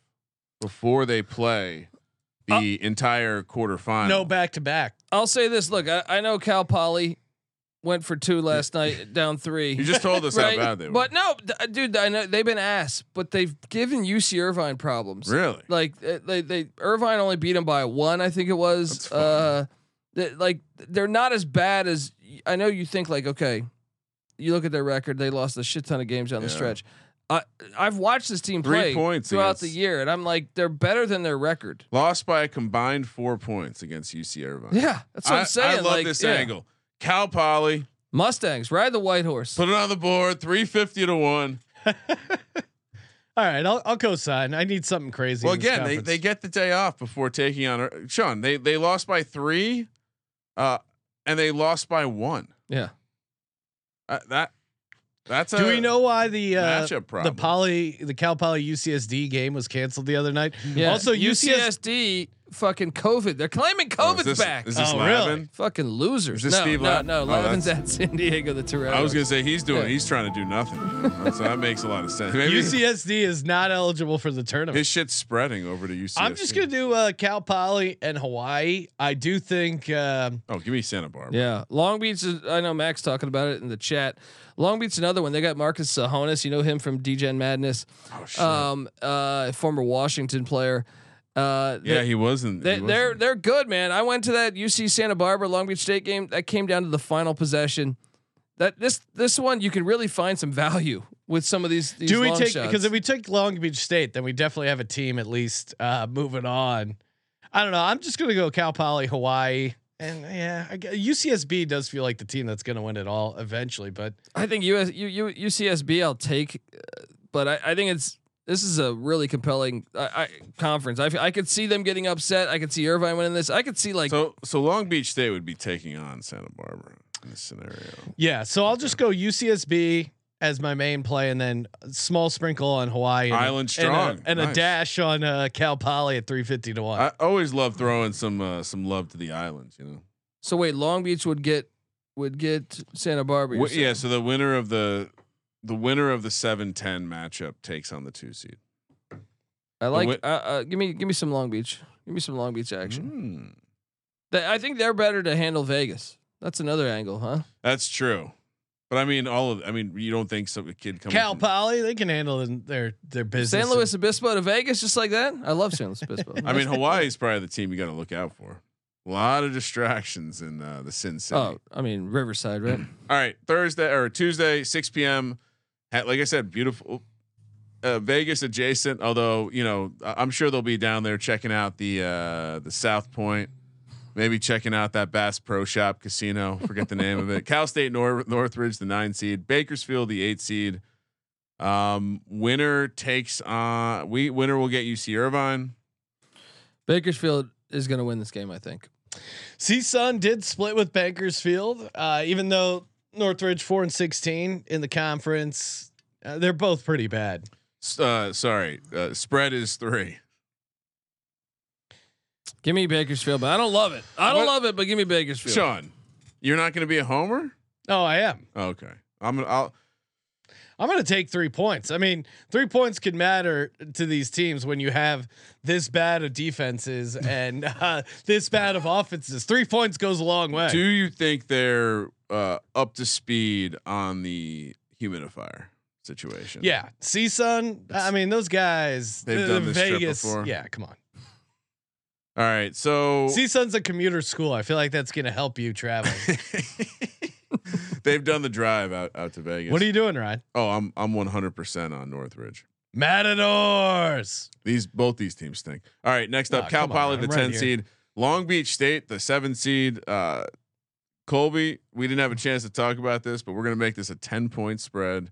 before they play the Oh. entire quarterfinal. no back to back. I'll say this. Look, I, I know Cal Poly went for two last night, down three. [LAUGHS] You just told us how bad they were. But no, d- uh, dude, I know they've been ass, but they've given UC Irvine problems. really, Like uh, they, they Irvine only beat them by one, I think it was. That's fine. Uh, th- like they're not as bad as I know. You think like okay, you look at their record; they lost a shit ton of games down the Yeah. stretch. I I've watched this team Three play points throughout the against- year, and I'm like they're better than their record. lost by a combined four points against UC Irvine. Yeah, that's what I, am saying. I love like, this yeah. angle. Cal Poly Mustangs ride the white horse. put it on the board, three fifty to one. All right, I'll, I'll co-sign. I need something crazy. Well, in this again, they, conference. they get the day off before taking on Ir- Sean. They they lost by three, uh, and they lost by one. Yeah. Uh, that that's a Do we know why the uh, matchup the problem. Poly the Cal Poly UCSD game was canceled the other night? Yeah. Also, UCS UCSD fucking COVID. They're claiming Oh, COVID's is this, back. Is this Oh, Lavin? really? fucking losers. is this no, Steve no, Latt- no, Oh, Lavin's that's- at San Diego the Toretto. I was gonna say he's doing. Yeah. He's trying to do nothing. [LAUGHS] That's, that makes a lot of sense. Maybe UCSD is not eligible for the tournament. his shit's spreading over to UC. I'm just gonna do uh, Cal Poly and Hawaii. I do think. Um, Oh, give me Santa Barbara. Yeah, Long Beach. Is, I know Max talking about it in the chat. Long Beach's another one. They got Marcus Sahonis. You know him from DGen Madness. Oh shit. Um, uh, former Washington player. Uh, yeah, they- he wasn't. They, he wasn't. they're they're good, man. I went to that UC Santa Barbara Long Beach State game. That came down to the final possession. That this this one you can really find some value with some of these. these do we long take shots. because if we took Long Beach State, then we definitely have a team at least uh, moving on. I don't know. I'm just gonna go Cal Poly, Hawaii, and yeah, I, gue- UCSB does feel like the team that's gonna win it all eventually. But I think US, U, U, UCSB I'll take, uh, but I, I think it's this is a really compelling I, I, conference. I, f- I could see them getting upset. I could see Irvine winning this. I could see like so so Long Beach State would be taking on Santa Barbara in this scenario. yeah, so I'll just go UCSB as my main play, and then a small sprinkle on Hawaii, and, a- Island and a- strong. and, a, Nice. dash on uh, Cal Poly at 350 to one. I always love throwing some uh, some love to the islands. You know. so. Wait, Long Beach would get would get Santa Barbara. Wh- you're yeah, saying? so the winner of the the winner of the 7-10 matchup takes on the 2 seed. I like. whi- uh, uh, give me give me some Long Beach. Give me some Long Beach action. Mm. They, I think they're better to handle Vegas. That's another angle, huh? That's true. But I mean all of I mean you don't think some kid coming Cal from- Poly, they can handle in- their their business. San Luis Obispo to Vegas, just like that. I love San Luis [LAUGHS] Obispo. I mean Hawaii's probably the team you got to look out for. A lot of distractions in uh, the Sin City. oh, I mean Riverside, [CLEARS THROAT] right? All right, Thursday or Tuesday, 6 p.m. Ha- Like I said, beautiful uh, Vegas adjacent. Although you know, I- I'm sure they'll be down there checking out the uh, the South Point, maybe checking out that Bass Pro Shop Casino. Forget the name of it. Cal State Nor- Northridge, the nine seed. Bakersfield, the eight seed. Um, winner takes on we winner will get UC Irvine. Bakersfield is going to win this game, I think. CSUN did split with Bakersfield, uh, even though Northridge four and sixteen in the conference. Uh, they're both pretty bad. S- Uh, sorry, uh, spread is three. Give me Bakersfield, but I don't love it. I don't What- love it, but give me Bakersfield. Sean, you're not going to be a homer. Oh, I am. Okay, I'm. gonna- I'll. I'm going to take three points. I mean, three points could matter to these teams when you have this bad of [LAUGHS] defenses and uh, this bad of offenses. Three points goes a long way. Do you think they're uh, up to speed on the humidifier situation? Yeah, CSUN. I mean, those guys. uh, They've done this trip Vegas. before. Yeah, come on. All right. So [LAUGHS] CSUN's a commuter school. I feel like that's going to help you travel. [LAUGHS] they've done the drive out out to Vegas. what are you doing, Ryan? Oh, I'm I'm 100% on Northridge. Matadors. These both these teams stink. All right, next up, Ah, Cal come on, Poly, man, the I'm right ten here. seed, Long Beach State, the seven seed. Uh, Colby, we didn't have a chance to talk about this, but we're gonna make this a ten point spread.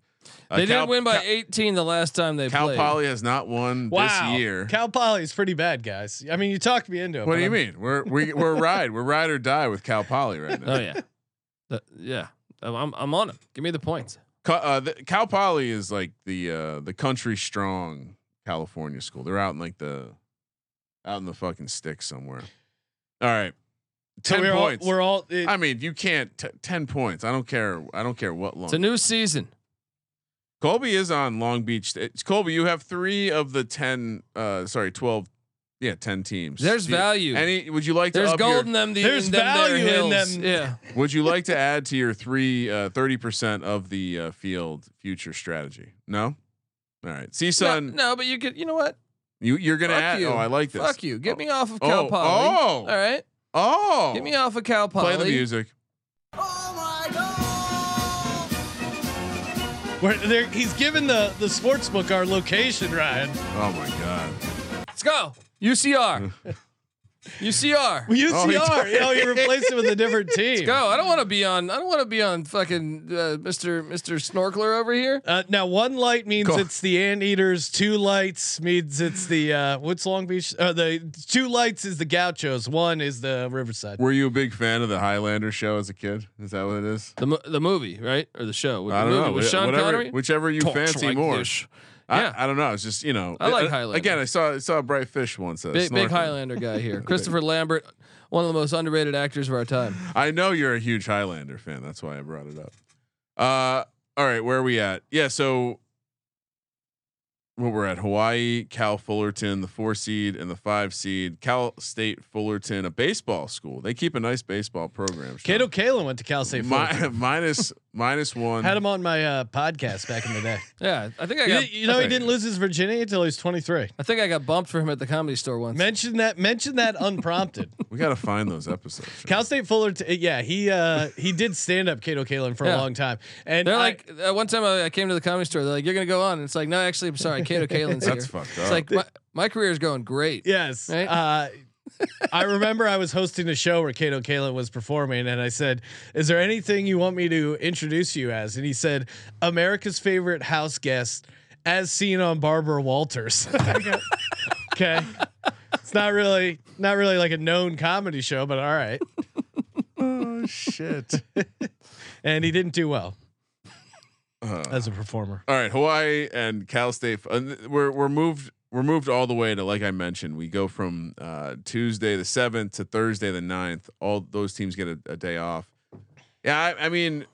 Uh, They Cal- did win by Cal, 18 the last time they Cal played. Poly has not won Wow. this year. Cal Poly's pretty bad, guys. I mean, you talked me into it. what but do you I'm- mean? We're we, we're ride we're ride or die with Cal Poly right now. Oh yeah, The- yeah. I'm- I'm I'm on him. Give me the points. Ca- uh, the, Cal Poly is like the uh, the country strong California school. They're out in like the out in the fucking sticks somewhere. All right, So ten we're points. All, we're all. It, I mean, you can't t- ten points. I don't care. I don't care what long. It's a new season. Colby is on Long Beach. State. Colby, you have three of the ten. Uh, sorry, twelve. Yeah, ten teams. There's Do you- value. Any? Would you like to? There's up gold your- in them. The, There's in them there value in hills. them. Yeah. Would you like to add to your three uh, 30% of the uh, field future strategy? No? All right. CSUN, No, no, but you could. You know what? you, you're going to Fuck add. you. Oh, I like this. Fuck you. Get Oh, me off of Cal Oh, Poly. oh. All right. Oh. Get me off of Cal Poly. Play the music. we're, they're- he's giving the the sports book our location, Ryan. [LAUGHS] Oh, my God. Let's go. [LAUGHS] UCR. UCR. Well, UCR. Oh, Oh, he- you know, you replaced it with a [LAUGHS] different team. Go. I don't want to be on. I don't want to be on fucking uh, Mr. Mr. Snorkeler over here. Uh, now, one light means Go. it's the anteaters. Two lights means it's the uh, what's Long Beach? Uh, the two lights is the Gauchos. One is the Riverside. Were you a big fan of the Highlander show as a kid? Is that what it is? The mo- the movie, right, or the show? With I the don't movie know. With Wh- Sean whatever, Connery. Whichever you Talks fancy like more. this. I, Yeah. I don't know. It's just, you know. I like uh, Highlander. Again, I saw I saw a bright fish once. Uh, Big, big snorkeling. Highlander guy [LAUGHS] here. Christopher Lambert, one of the most underrated actors of our time. I know you're a huge Highlander fan. That's why I brought it up. Uh, all right, where are we at? Yeah, so well, we're at Hawaii, Cal Fullerton, the four seed and the five seed. Cal State Fullerton, a baseball school. They keep a nice baseball program. Sean. Cato Kalen went to Cal State. Fullerton. [LAUGHS] Mi- minus minus one. Had him on my uh, podcast back in the [LAUGHS] day. Yeah, I think I You, got. you know, he okay. didn't lose his virginity until he was 23. I think I got bumped for him at the comedy store once. Mention that. Mention that unprompted. we got to find those episodes. [LAUGHS] Sean. Cal State Fullerton. Yeah, he uh, he did stand up Cato Kalin for a Yeah. long time, and They're I- like, uh, one time I, I came to the comedy store. They're like, "You're gonna go on." And it's like, no, actually, I'm sorry. Kato Kalin's here. [LAUGHS] That's fucked up. It's like my, my career is going great. yes. Right? Uh, I remember I was hosting a show where Cato Kalin was performing, and I said, "Is there anything you want me to introduce you as?" And he said, "America's favorite house guest, as seen on Barbara Walters." [LAUGHS] okay, it's not really not really like a known comedy show, but all right. oh shit. and he didn't do well Uh, as a performer. All right, Hawaii and Cal State. And we're we're moved we're moved all the way to like I mentioned. We go from uh, Tuesday the seventh to Thursday the 9th. All those teams get a, a day off. Yeah, I, I mean,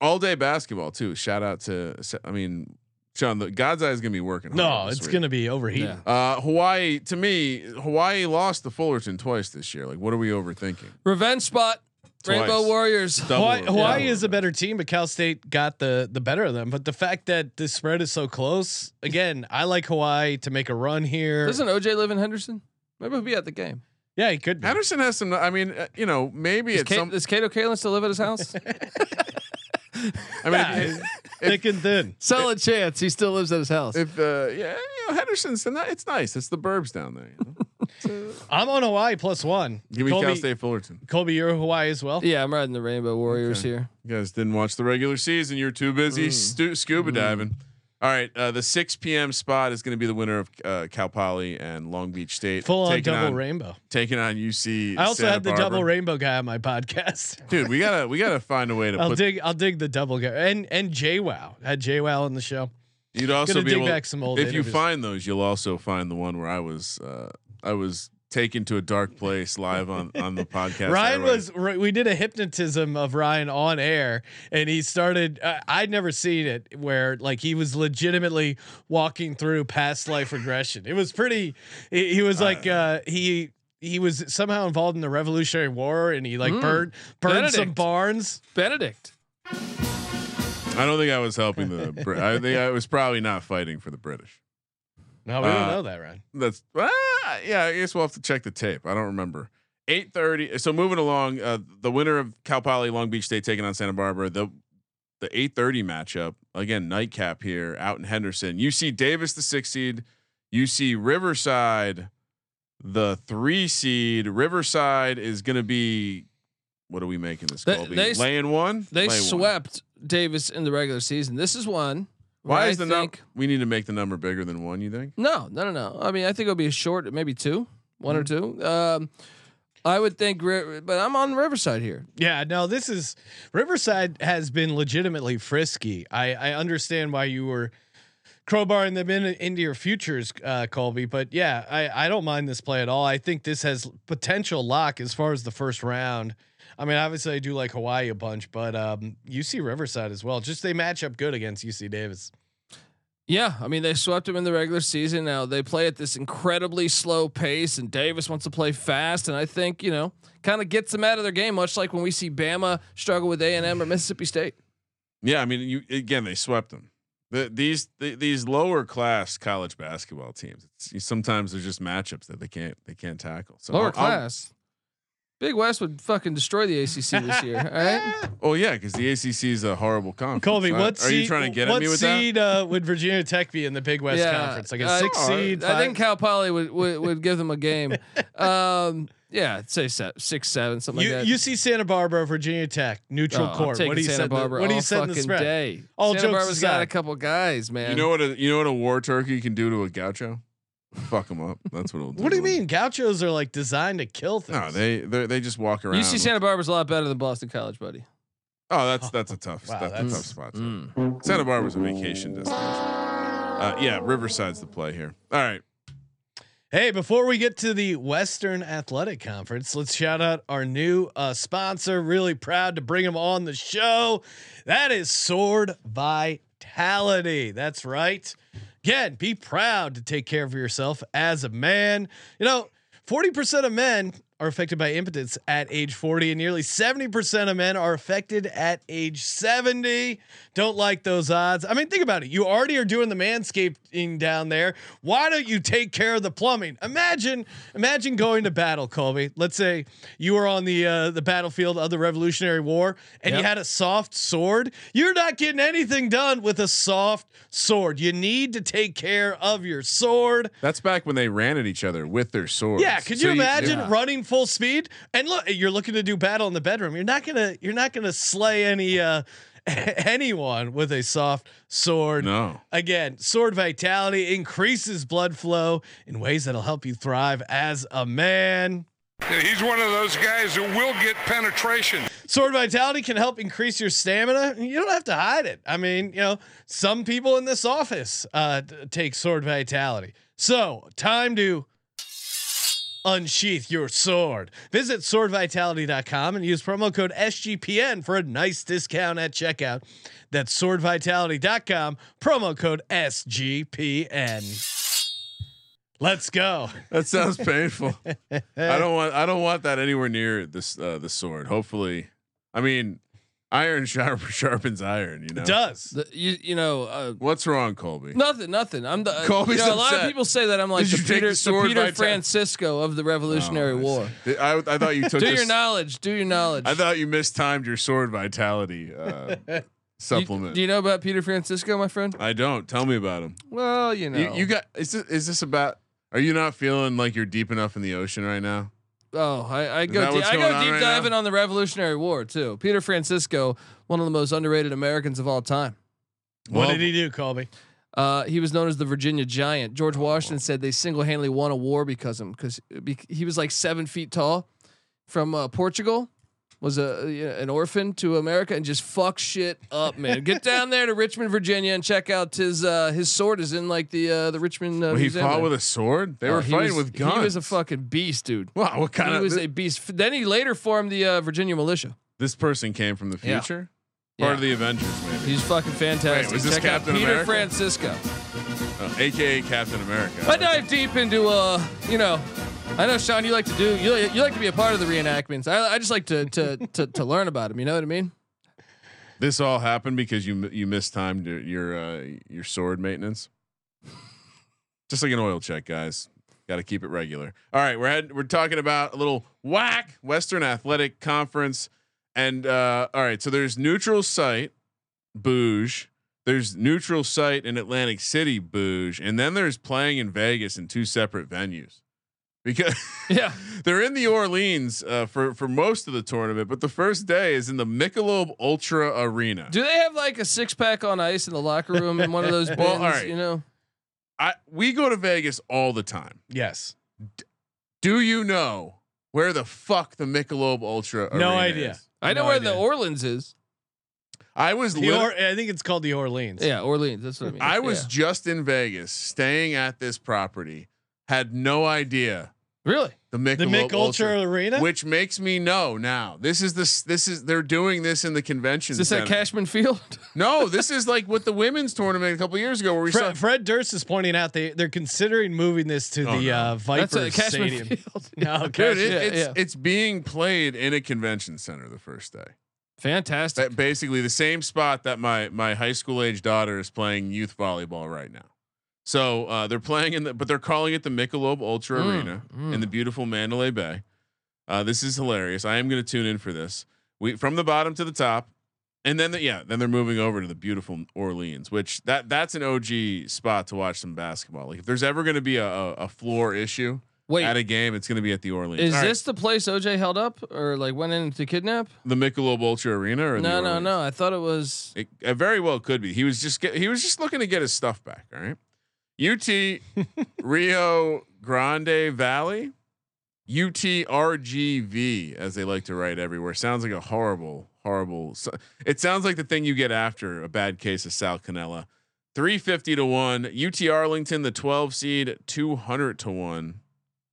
all day basketball too. Shout out to I mean, Sean. The God's Eye is gonna be working. hard No, this it's week. gonna be overheating. Yeah. Uh, Hawaii to me, Hawaii lost to Fullerton twice this year. Like, what are we overthinking? Revenge spot. Rainbow Twice. [LAUGHS] Warriors. Double- Hawaii, Hawaii double is a better team, but Cal State got the the better of them. But the fact that this spread is so close, again, I like Hawaii to make a run here. Doesn't OJ live in Henderson? Maybe he'll be at the game. yeah, he could. Be. Henderson has some. I mean, uh, you know, maybe Is, it's Ka- some. does Kato Kalin still live at his [LAUGHS] house? I mean, Thick and thin. Solid chance he still lives at his house. [LAUGHS] if uh, yeah, you know, Henderson's not, it's nice. It's the burbs down there. You know? I'm on Hawaii plus one. Give me Cal Colby, State Fullerton. Colby, you're Hawaii as well. Yeah, I'm riding the Rainbow Warriors Okay. here. You guys didn't watch the regular season. You're too busy stu- scuba diving. All right, uh, the 6 p.m. spot is going to be the winner of uh, Cal Poly and Long Beach State. Full on taking double rainbow. Taking on UC. I also Santa had the Barbara. double rainbow guy on my [LAUGHS] podcast. Dude, we gotta we gotta find a way to [LAUGHS] I'll put. dig. I'll dig the double guy and and JWoww had JWoww on the show. you'd also gonna be dig able. back some old if you interviews. find those, you'll also find the one where I was uh, I was taken to a dark place live on [LAUGHS] on the podcast. Ryan Everybody- was. Ri- We did a hypnotism of Ryan on air, and he started. Uh, I'd never seen it where like he was legitimately walking through past life regression. It was pretty. He, he was like uh, he. He was somehow involved in the Revolutionary War, and he like burned burned some Benedict. barns. Benedict. I don't think I was helping the. Brit- I think I was probably not fighting for the British. No, we don't Uh, know that, Ryan. That's ah, yeah. I guess we'll have to check the tape. I don't remember. Eight thirty. So moving along, uh, the winner of Cal Poly Long Beach State taking on Santa Barbara. The the eight thirty matchup again. Nightcap here out in Henderson. UC Davis the six seed. UC Riverside the three seed. Riverside is going to be. What are we making this? They- Colby? they s- Laying one. They Lay one. swept Davis in the regular season. This is one. where Why I is the number? think, We need to make the number bigger than one. You think? No, no, no, no. I mean, I think it'll be a short, maybe two, one Mm-hmm. or two. Um, I would think, Ri- but I'm on Riverside here. Yeah, no, this is Riverside has been legitimately frisky. I, I understand why you were crowbarring them in, into your futures, uh, Colby, but yeah, I, I don't mind this play at all. I think this has potential lock as far as the first round. I mean, obviously, I do like Hawaii a bunch, but um, UC Riverside as well. Just they match up good against UC Davis. Yeah, I mean they swept him in the regular season. Now they play at this incredibly slow pace, and Davis wants to play fast, and I think you know kind of gets them out of their game, much like when we see Bama struggle with A and M or Mississippi State. Yeah, I mean, you again, they swept them. The, these the, these lower class college basketball teams. It's, sometimes there's just matchups that they can't they can't tackle. So Lower I'll- I'll- class, Big West would fucking destroy the ACC this year. All right, Oh yeah, because the ACC is a horrible conference. Colby, I- what are seed, you trying to get what at me with seed uh, would Virginia Tech be in the Big West Conference? Like a uh, six all right. seed? I five- think Cal Poly would would, would give them a game. [LAUGHS] Um, yeah, I'd say se- six, seven, something You, like that. you see Santa Barbara, Virginia Tech, neutral Oh, I'm court. taking What do you Santa said? Barbara what do you all said in the fucking spread? day? All Santa jokes Barbara's got a aside. couple guys, that? man. You know what a you know what a war turkey can do to a gaucho? Fuck them up. That's [LAUGHS] what it'll do. What do you to 'em. mean? Gauchos are like designed to kill things. No, they they they just walk around. UC Santa Barbara's a lot better than Boston College, buddy. Oh, that's that's a tough Wow, that's, mm. that's- a tough spot. too. Santa Barbara's a vacation destination. Uh, yeah, Riverside's the play here. All right. Hey, before we get to the Western Athletic Conference, let's shout out our new uh, sponsor. Really proud to bring him on the show. That is Sword Vitality. That's right. Again, be proud to take care of yourself as a man. You know, 40% of men are affected by impotence at age 40, and nearly 70% of men are affected at age 70. Don't like those odds. I mean, think about it. You already are doing the manscaping down there. Why don't you take care of the plumbing? Imagine, imagine going to battle, Colby. Let's say you were on the uh, the battlefield of the Revolutionary War, and you Yep. had a soft sword. You're not getting anything done with a soft sword. You need to take care of your sword. That's back when they ran at each other with their swords. Yeah, could So you imagine Yeah. running full speed? And look, you're looking to do battle in the bedroom. You're not gonna you're not gonna slay any uh [LAUGHS] anyone with a soft sword. No. Again, sword vitality increases blood flow in ways that'll help you thrive as a man. He's one of those guys who will get penetration. Sword vitality can help increase your stamina. You don't have to hide it. I mean, you know, some people in this office uh, t- take sword vitality. So, time to unsheath your sword. Visit swordvitality.com and use promo code SGPN for a nice discount at checkout. That's swordvitality.com, promo code SGPN. Let's go. That sounds [LAUGHS] painful. I don't want I don't want that anywhere near this uh, the sword. Hopefully, I mean, iron [LAUGHS] sharp, sharpens iron. You know. It does. The- you, you know, uh, What's wrong, Colby? nothing, nothing. I'm the. uh, Colby's you know, a lot of upset. people say that I'm like Did the you take Peter, the sword the Peter by ten- Francisco of the Revolutionary Oh, I War. see. I, I thought you [LAUGHS] Do took. this- your knowledge. Do your knowledge. I thought you mistimed your sword vitality uh, [LAUGHS] You- supplement. do you know about Peter Francisco, my friend? I don't. Tell me about him. Well, you know, You, you got is this, is this about? Are you not feeling like you're deep enough in the ocean right now? Oh, I, I that go. deep what's I go going on deep right now? diving on the Revolutionary War too. Peter Francisco, one of the most underrated Americans of all time. What Well- did he do, Colby? Uh, he was known as the Virginia Giant. Oh, George Washington said they single-handedly won a war because of him, because he was like seven feet tall, from uh, Portugal, was a you know, an orphan to America and just fuck shit up, man. [LAUGHS] Get down there to Richmond, Virginia, and check out his uh, his sword is in like the uh, the Richmond. Uh, Well, he Museum fought there. with a sword. They Uh, were he fighting was- with guns. He was a fucking beast, dude. Wow, what kind He of was thi- a beast. F- Then he later formed the uh, Virginia militia. this person came from the Yeah. future? Part Yeah. of the Avengers, maybe. He's fucking fantastic. Wait, was this Check out Captain Peter America? Francisco. Uh, AKA Captain America. I dive deep into uh, you know, I know Sean, you like to do you you like to be a part of the reenactments. I, I just like to to to, to learn about him. You know what I [LAUGHS] mean? This all happened because you you mistimed your your, uh, your sword maintenance. Just like an oil check, guys. Got to keep it regular. All right, we're head, we're talking about a little whack Western Athletic Conference, and uh, all right, so there's neutral site, Bouge. There's neutral site in Atlantic City, Bouge, and then there's playing in Vegas in two separate venues, because [LAUGHS] Yeah. they're in the Orleans uh, for for most of the tournament, but the first day is in the Michelob Ultra Arena. Do they have like a six pack on ice in the locker room in one of those bins? [LAUGHS] Well, all right. You know, I we go to Vegas all the time. Yes. Do you know where the fuck the Michelob Ultra? No Arena idea. is? I know No where the idea. Orleans is. I was The lit- or, I think it's called the Orleans. Yeah, Orleans. That's what I mean. I was Yeah. just in Vegas, staying at this property, had no idea really. the Michelob The Mick Ultra Arena. which makes me know now. This is this this is they're doing this in the convention. Is this at center. Cashman Field? [LAUGHS] No, this is like with the women's tournament a couple years ago where we saw Fred, Fred Durst is pointing out they they're considering moving this to Oh, the no. uh, That's Viper at Cashman Stadium. [LAUGHS] Field. No, Dude, Cash- it, Yeah, it's yeah. it's being played in a convention center the first day. Fantastic. That basically the same spot that my my high school age daughter is playing youth volleyball right now. So uh, they're playing in the, but they're calling it the Michelob Ultra Mm, Arena in the beautiful Mandalay Bay. Uh, this is hilarious. I am going to tune in for this. We from the bottom to the top, and then the, yeah, then they're moving over to the beautiful Orleans, which that that's an OG spot to watch some basketball. Like if there's ever going to be a, a, a floor issue Wait, at a game, it's going to be at the Orleans. is All right. this the place OJ held up or like went in to kidnap? the Michelob Ultra Arena? Or the No, no, Orleans? no. I thought it was. It, it very well could be. He was just get, he was just looking to get his stuff back. All right. UT Rio Grande Valley, UTRGV as they like to write everywhere. Sounds like a horrible, horrible. s- It sounds like the thing you get after a bad case of salmonella. Three fifty to one. UT Arlington, the twelve seed, two hundred to one.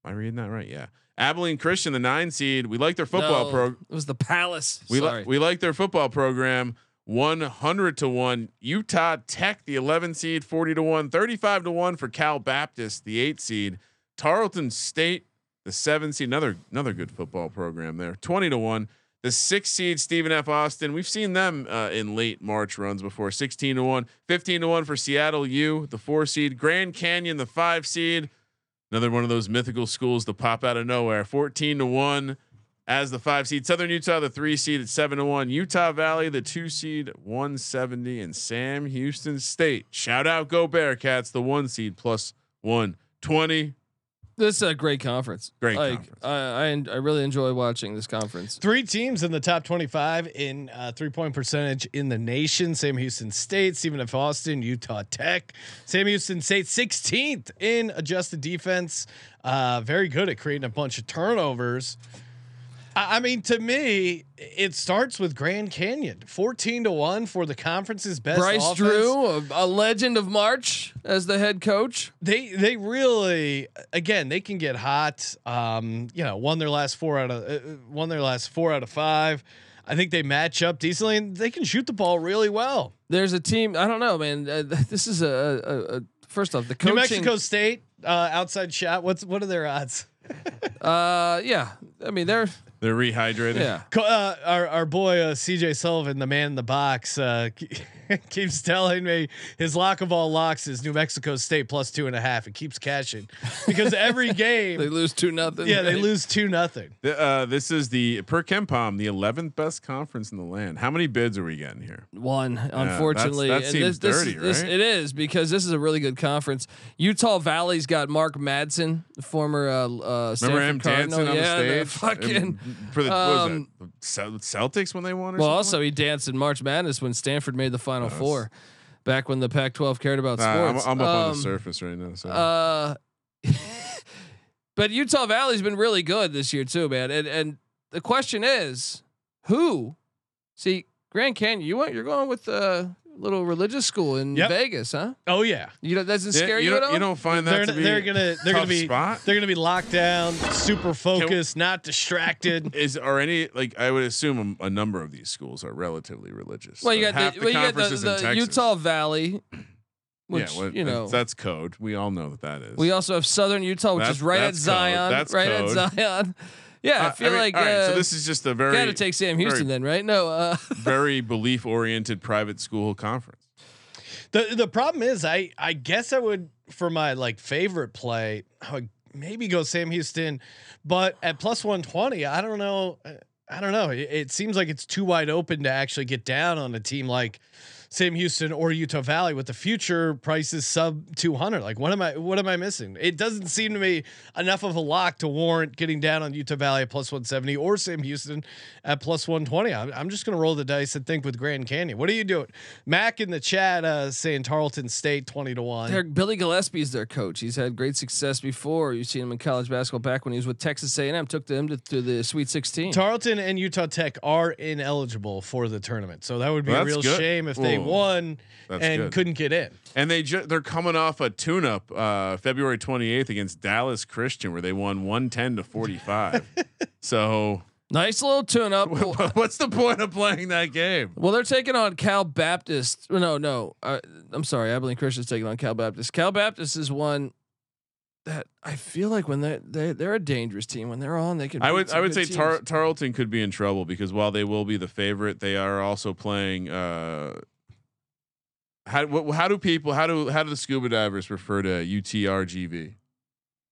Am I reading that right? Yeah. Abilene Christian, the nine seed. We like their football No, program. It was the Palace. We Sorry. like we like their football program. 100 to 1 Utah Tech the 11 seed 40 to 1 35 to 1 for Cal Baptist the 8 seed Tarleton State the 7 seed another another good football program there 20 to 1 the 6 seed Stephen F Austin we've seen them uh, in late March runs before 16 to 1 15 to 1 for Seattle U the 4 seed Grand Canyon the 5 seed another one of those mythical schools to pop out of nowhere 14 to 1 as the five seed. Southern Utah, the three seed at seven to one. Utah Valley, the two seed, one seventy, and Sam Houston State. Shout out, go Bearcats, the one seed plus one twenty. this is a great conference. Great like, conference. I, I en- I really enjoy watching this conference. Three teams in the top 25 in uh, three point percentage in the nation. Sam Houston State, Stephen F. Austin, Utah Tech. Sam Houston State, 16th in adjusted defense. Uh, very good at creating a bunch of turnovers. I I mean, to me, it starts with Grand Canyon, fourteen to one for the conference's best. Bryce offense. Drew, a, a legend of March as the head coach. they they really again they can get hot. Um, you know, won their last four out of uh, uh, won their last four out of five. I think they match up decently and they can shoot the ball really well. There's a team. I don't know, man. Uh, [LAUGHS] th- this is a, a, a first off the coaching. New Mexico State uh, outside shot. What's what are their odds? Uh, yeah, I mean, they're They're rehydrated. yeah. Co- Uh, our our boy uh, C.J. Sullivan, the man in the box, uh, [LAUGHS] keeps telling me his lock of all locks is New Mexico State plus two and a half. It keeps cashing because [LAUGHS] every They game, lose two nothing. yeah, they [LAUGHS] right? lose two nothing. Th- Uh, this is the per Kempom, the 11th best conference in the land. How many bids are we getting here? one. that's- Unfortunately, that And seems this, dirty, this, right? This, it is because this is a really good conference. Utah Valley's got Mark Madsen, the former uh, uh, Stanford Remember him Cardinal. dancing on yeah, the the stage? fucking. Um, for the what was um, that, the Cel- Celtics when they won. Or [LAUGHS] Well, something? also he danced in March Madness when Stanford made the Final Four, back when the Pac-12 cared about Nah, I'm, sports. I'm up on Um, the surface right now. So. Uh-huh. Uh, [LAUGHS] but Utah Valley's been really good this year too, man. And and the question is, who? See, Grand Canyon, you went, you're going with a little religious school in Yep. Vegas, huh? Oh yeah, You know, that doesn't Yeah, scare you, you, at don't, all. you don't find that they're to be they're gonna they're gonna tough be spot? they're gonna be locked down, super focused, not distracted. is are any like I would assume a, a number of these schools are relatively religious. well, you Uh, got half the, well, you got the, conference is in the Texas. Utah Valley, which yeah, well, you know. that's code. We all know what that is. we also have Southern Utah, which That's- is right at that's code. Zion. That's right code. at Zion. [LAUGHS] Yeah, I, feel mean, like all right, uh, so this is just a very gotta take Sam Houston very, then, [LAUGHS] right? No, uh, very belief oriented private school conference. the The problem is, I I guess I would for my like favorite play, I would maybe go Sam Houston, but at plus one twenty, I don't know. uh, I don't know. It, it seems like it's too wide open to actually get down on a team like Sam Houston or Utah Valley with the future prices sub two hundred. Like, what am I? What am I missing? It doesn't seem to me enough of a lock to warrant getting down on Utah Valley at plus one seventy or Sam Houston at plus one twenty. I'm, I'm just gonna roll the dice and think with Grand Canyon. What are you doing, Mac? In the chat, uh, saying Tarleton State twenty to one. They're- Billy Gillespie's their coach. He's had great success before. You've seen him in college basketball back when he was with Texas A&M. Took them to, to the Sweet 16. Tarleton and Utah Tech are ineligible for the tournament, so that would be Well, a that's real good. shame if they Ooh, won that's and good. couldn't get in. And they ju- they're coming off a tune up uh, February 28th against Dallas Christian where they won 110 [LAUGHS] to 45. so [LAUGHS] nice little tune-up. Well, what's the point of playing that game? well, they're taking on Cal Baptist. No, no. Uh, I'm sorry. Abilene Christian's taking on Cal Baptist. Cal Baptist is one that I feel like when they they they're a dangerous team when they're on they can. I beat would some I would good say teams. Tar- Tarleton could be in trouble because while they will be the favorite, they are also playing. Uh, how wh- how do people how do how do the scuba divers refer to UTRGV?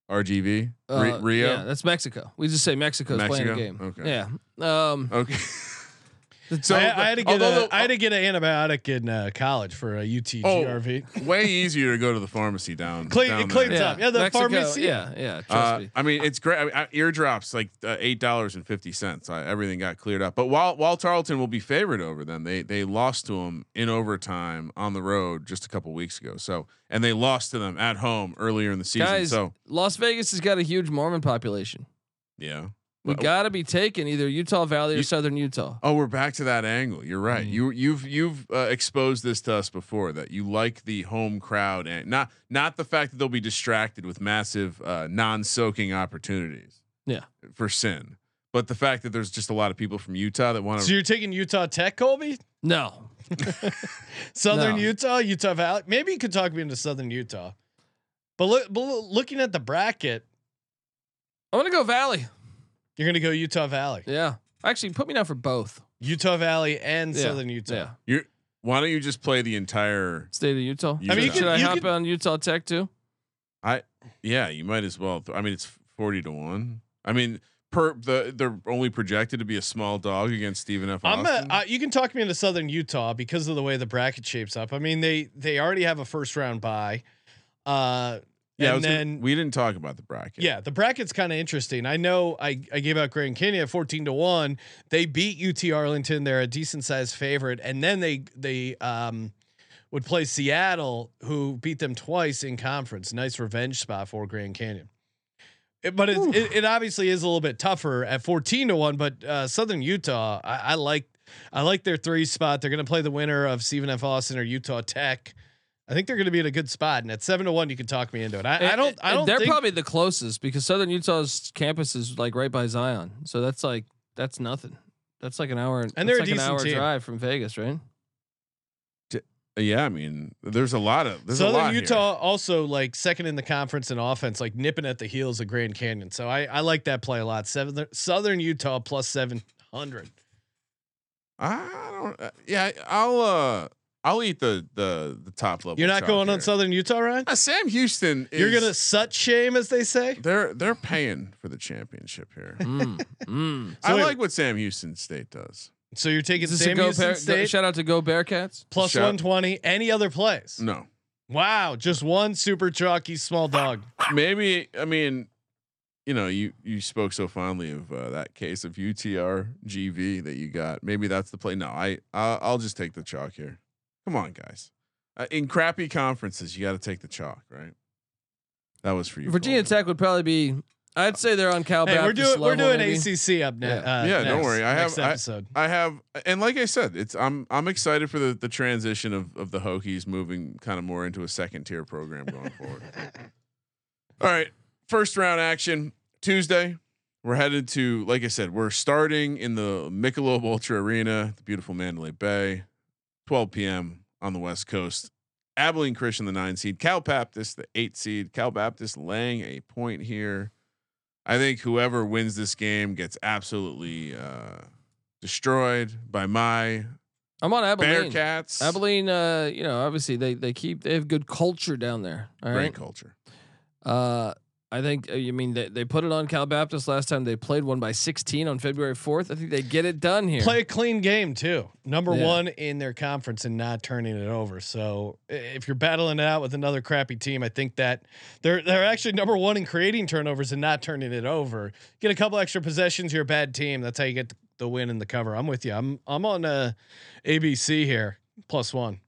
RGV Re- Uh, Rio. Yeah, that's Mexico. We just say Mexico's Mexico? playing a game. Okay. Yeah. Um. [LAUGHS] okay. [LAUGHS] so I, I had to get although a, the- I had to get an antibiotic in uh, college for a UTGRV. way easier to go to the pharmacy down. Cle- down it cleans there. up. Yeah, the pharmacy. Yeah, yeah. Trust Uh, me. I mean, it's great. I mean, I, eardrops like uh, eight dollars and fifty cents. Everything got cleared up. But while while Tarleton will be favored over them, they they lost to them in overtime on the road just a couple weeks ago. So and they lost to them at home earlier in the season. Guys, so Las Vegas has got a huge Mormon population. yeah. We Well- got to be taking either Utah Valley or You- Southern Utah. Oh, we're back to that angle. You're right. Mm-hmm. You you've you've uh, exposed this to us before that you like the home crowd and not not the fact that they'll be distracted with massive uh, non-soaking opportunities. Yeah. For sin. But the fact that there's just a lot of people from Utah that want So to you're taking Utah Tech, Colby? No, Southern No. Utah, Utah Valley. Maybe you could talk me into Southern Utah. But, look, but loo- looking at the bracket, I'm gonna go Valley. you're going to go Utah Valley, Yeah, actually, put me down for both. Utah Valley, and Yeah, Southern Utah. Yeah, you why don't you just play the entire state of Utah. I mean, Should- you should could- I you hop could- on Utah Tech too? I yeah, you might as well. I mean, it's 40 to 1. I mean, per the they're only projected to be a small dog against Stephen F. I'm a, Austin. uh, you can talk me into Southern Utah because of the way the bracket shapes up. I mean, they they already have a first round bye. Uh, yeah, I and was gonna- then we didn't talk about the bracket. Yeah, the bracket's kind of interesting. I know I, I gave out Grand Canyon at 14 to 1. They beat UT Arlington. They're a decent sized favorite. And then they they um would play Seattle, who beat them twice in conference. Nice revenge spot for Grand Canyon. It- but it's, it, it obviously is a little bit tougher at 14 to 1. But uh, Southern Utah, I, I like I like their three spot. They're going to play the winner of Stephen F. Austin or Utah Tech. I think they're going to be in a good spot, and at seven to one, you can talk me into it. I, I don't. I And don't. They're think- probably the closest because Southern Utah's campus is like right by Zion, so that's like that's nothing. That's like an hour And that's they're a like an decent [LAUGHS] hour team. drive from Vegas, right? yeah, I mean, there's a lot of there's a lot Southern here. Utah also like second in the conference in offense, like nipping at the heels of Grand Canyon. So I, I like that play a lot. Seven, Southern Utah plus seven hundred. I don't. uh, Yeah, I'll uh, I'll eat the the the top level. You're not chalk going here. on Southern Utah, Ryan. Uh, Sam Houston. Is, You're gonna sut shame, as they say. They're they're paying for the championship [LAUGHS] here. Mm, mm. I wait- like what Sam Houston State does. So you're taking Is this a Sam go Houston Bear- go, State shout out to Go Bearcats? plus Shout- 120. Any other plays? No, Wow, just one super chalky small dog. maybe I mean, you know, you you spoke so fondly of uh, that case of UTR GV that you got. Maybe that's the play. No, I I'll, I'll just take the chalk here. Come on, guys. Uh, in crappy conferences, you got to take the chalk, right? That was for you. Virginia Colby. Tech would probably be. I'd say they're on Cal. Hey, we're Baptist doing we're level, doing maybe. ACC up next. Yeah. Uh, Yeah, don't next- worry. I next have- I- episode. I have, and like I said, it's I'm I'm excited for the the transition of of the Hokies moving kind of more into a second tier program going forward. All right, first round action Tuesday. We're headed to, like I said, we're starting in the Michelob Ultra Arena, the beautiful Mandalay Bay, 12 p.m. on the West Coast. Abilene Christian, the nine seed, Cal Baptist, the eight seed, Cal Baptist laying a point here. I think whoever wins this game gets absolutely uh, destroyed by my I'm on Abilene. Bearcats. Abilene, uh, you know, obviously they they keep they have good culture down there. All Great right. culture. Uh, I think uh, you mean they, they put it on Cal Baptist last time they played one by 16 on February 4th. I think they get it done here. Play a clean game too. Number Yeah. one in their conference and not turning it over. So i- if you're battling it out with another crappy team, I think that they're they're actually number one in creating turnovers and not turning it over. Get a couple extra possessions. You're a bad team. That's how you get the, the win and the cover. I'm with you. I'm I'm on uh, ABC here plus one.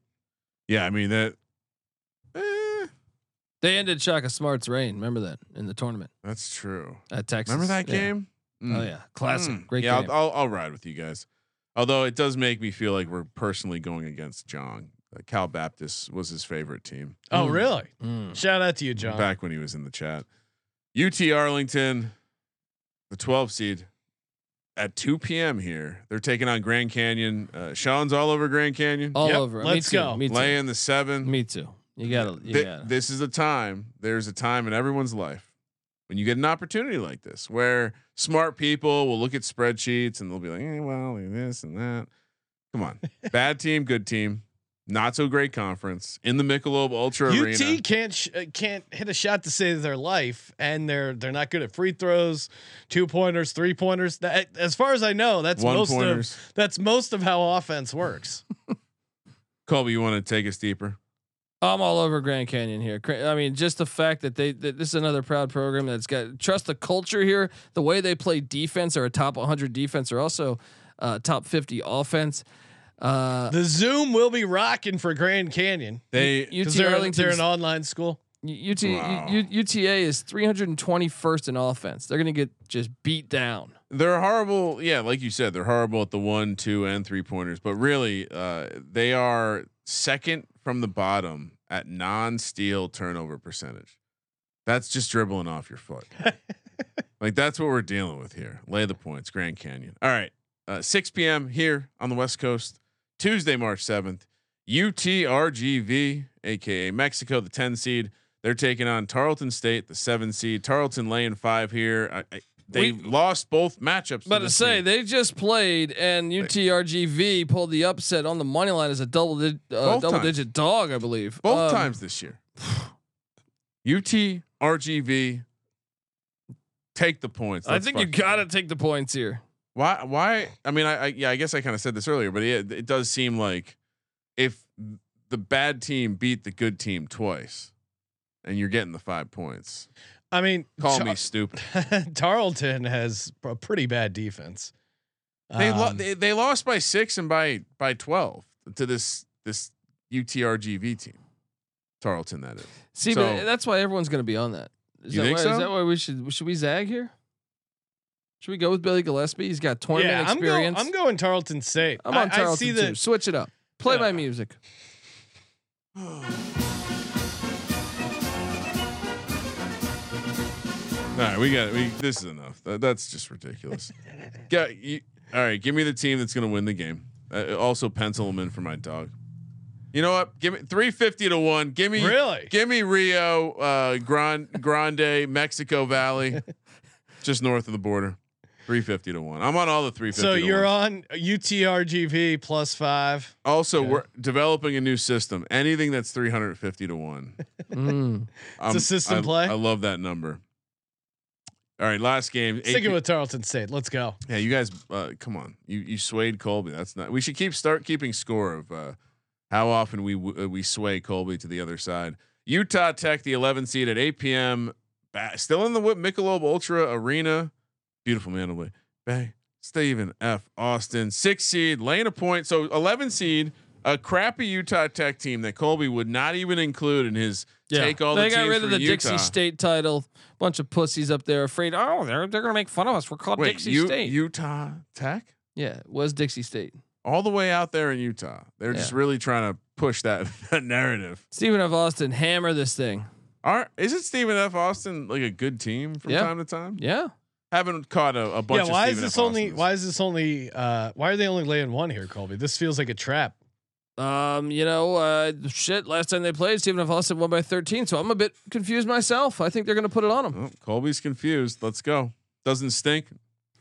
Yeah, I mean that. eh, They ended Shaka Smart's reign. Remember that in the tournament that's true. at Texas. Remember that Yeah. game? Oh yeah, classic. Mm. Great Yeah, game. I'll, I'll I'll ride with you guys. Although it does make me feel like we're personally going against John. Uh, Cal Baptist was his favorite team uh, Oh Mm. really? Mm. Shout out to you, John. back when he was in the chat. UT Arlington, the 12 seed, at 2 p.m. here. They're taking on Grand Canyon. Uh, Sean's all over Grand Canyon. All Yep, over. let's Me too. go. Oh, Me too. laying the seven. Me too. You gotta. You Thi- gotta. This is a time. There's a time in everyone's life when you get an opportunity like this, where smart people will look at spreadsheets and they'll be like, "Eh, "Well, this and that." [LAUGHS] Come on, bad team, good team, not so great conference in the Michelob Ultra Arena. UT can't sh- uh, can't hit a shot to save their life, and they're they're not good at free throws, two pointers, three pointers. That, as far as I know, that's One most pointers. of that's most of how offense works. Colby, you want to take us deeper? I'm all over Grand Canyon here. Cra- I mean, just the fact that they that this is another proud program that's got trust the culture here. The way they play defense, or a top 100 defense, or also uh, top 50 offense. Uh, the Zoom will be rocking for Grand Canyon They UT because they're, they're Arlington's an online school. U- UT, Wow. U- UTA is 321st in offense. They're gonna get just beat down. they're horrible. Yeah, like you said, they're horrible at the one, two, and three pointers. But really, uh, they are second from the bottom at non-steal turnover percentage. That's just dribbling off [LAUGHS] your foot. like that's what we're dealing with here. Lay the points, Grand Canyon. All right, uh, 6 p.m. here on the West Coast, Tuesday, March 7th. UTRGV, aka Mexico, the 10 seed. They're taking on Tarleton State, the seven seed. Tarleton laying five here. I, I, they We- lost both matchups. But to this say team. they just played, and UTRGV pulled the upset on the money line as a double di- uh, Both double times. digit dog, I believe. Um, both times this year. UTRGV, take the points. I Let's think you fucking go. gotta take the points here. Why? Why? I mean, I, I yeah, I guess I kind of said this earlier, but yeah, it does seem like if the bad team beat the good team twice, and you're getting the five points, I mean, call Tar- me stupid. [LAUGHS] Tarleton has a pretty bad defense. They, lo- Um, they they lost by six and by by twelve to this this UTRGV team, Tarleton. That is. See, So- but eh, that's why everyone's going to be on that. Is, You that think why, so? is that why we should should we zag here? Should we go with Billy Gillespie? He's got tournament yeah, I'm going. experience. I'm going Tarleton State. I'm I- on Tarleton I see too. the Switch it up. Play my Yeah. [LAUGHS] music. All right, we got we this is enough. That, that's just ridiculous. yeah, you, all right, give me the team that's going to win the game. Uh, also pencil them in for my dog. You know what? Give me 350 to 1. Give me Really? Give me Rio uh Grand Grande Mexico Valley [LAUGHS] just north of the border. 350 to 1. I'm on all the 350 So to you're one. on UTRGV plus five. Also, we're developing a new system. Anything that's 350 to 1. Mm. I'm- system I- play. I love that number. All right, last game. Sticking AP with Tarleton State. Let's go. Yeah, you guys, uh, come on. You you swayed Colby. That's not. We should keep start keeping score of uh, how often we w- uh, we sway Colby to the other side. Utah Tech, the 11 seed at 8 p.m. Ba- still in the Whip Michelob Ultra Arena. Beautiful Mandalay Bay. Stephen F. Austin, six seed, laying a point. So 11 seed, a crappy Utah Tech team that Colby would not even include in his take all they got the teams rid of from the Utah. Dixie State title. Bunch of pussies up there afraid. Oh, they're they're gonna make fun of us. We're called Wait, Dixie U- State. Utah Tech? yeah, it was Dixie State. all the way out there in Utah. They're just Yeah. really trying to push that, [LAUGHS] that narrative. Stephen F. Austin, hammer this thing. Are isn't Stephen F. Austin like a good team from Yeah. time to time? Yeah, Haven't caught a, a bunch. Yeah. Why is of Stephen this F. only? Austins. Why is this only? Uh, why are they only laying one here, Colby? This feels like a trap. um, you know, uh, shit. Last time they played, Stephen F. Austin won by 13. So I'm a bit confused myself. I think they're gonna put it on him. Oh, Colby's confused. Let's go. Doesn't stink.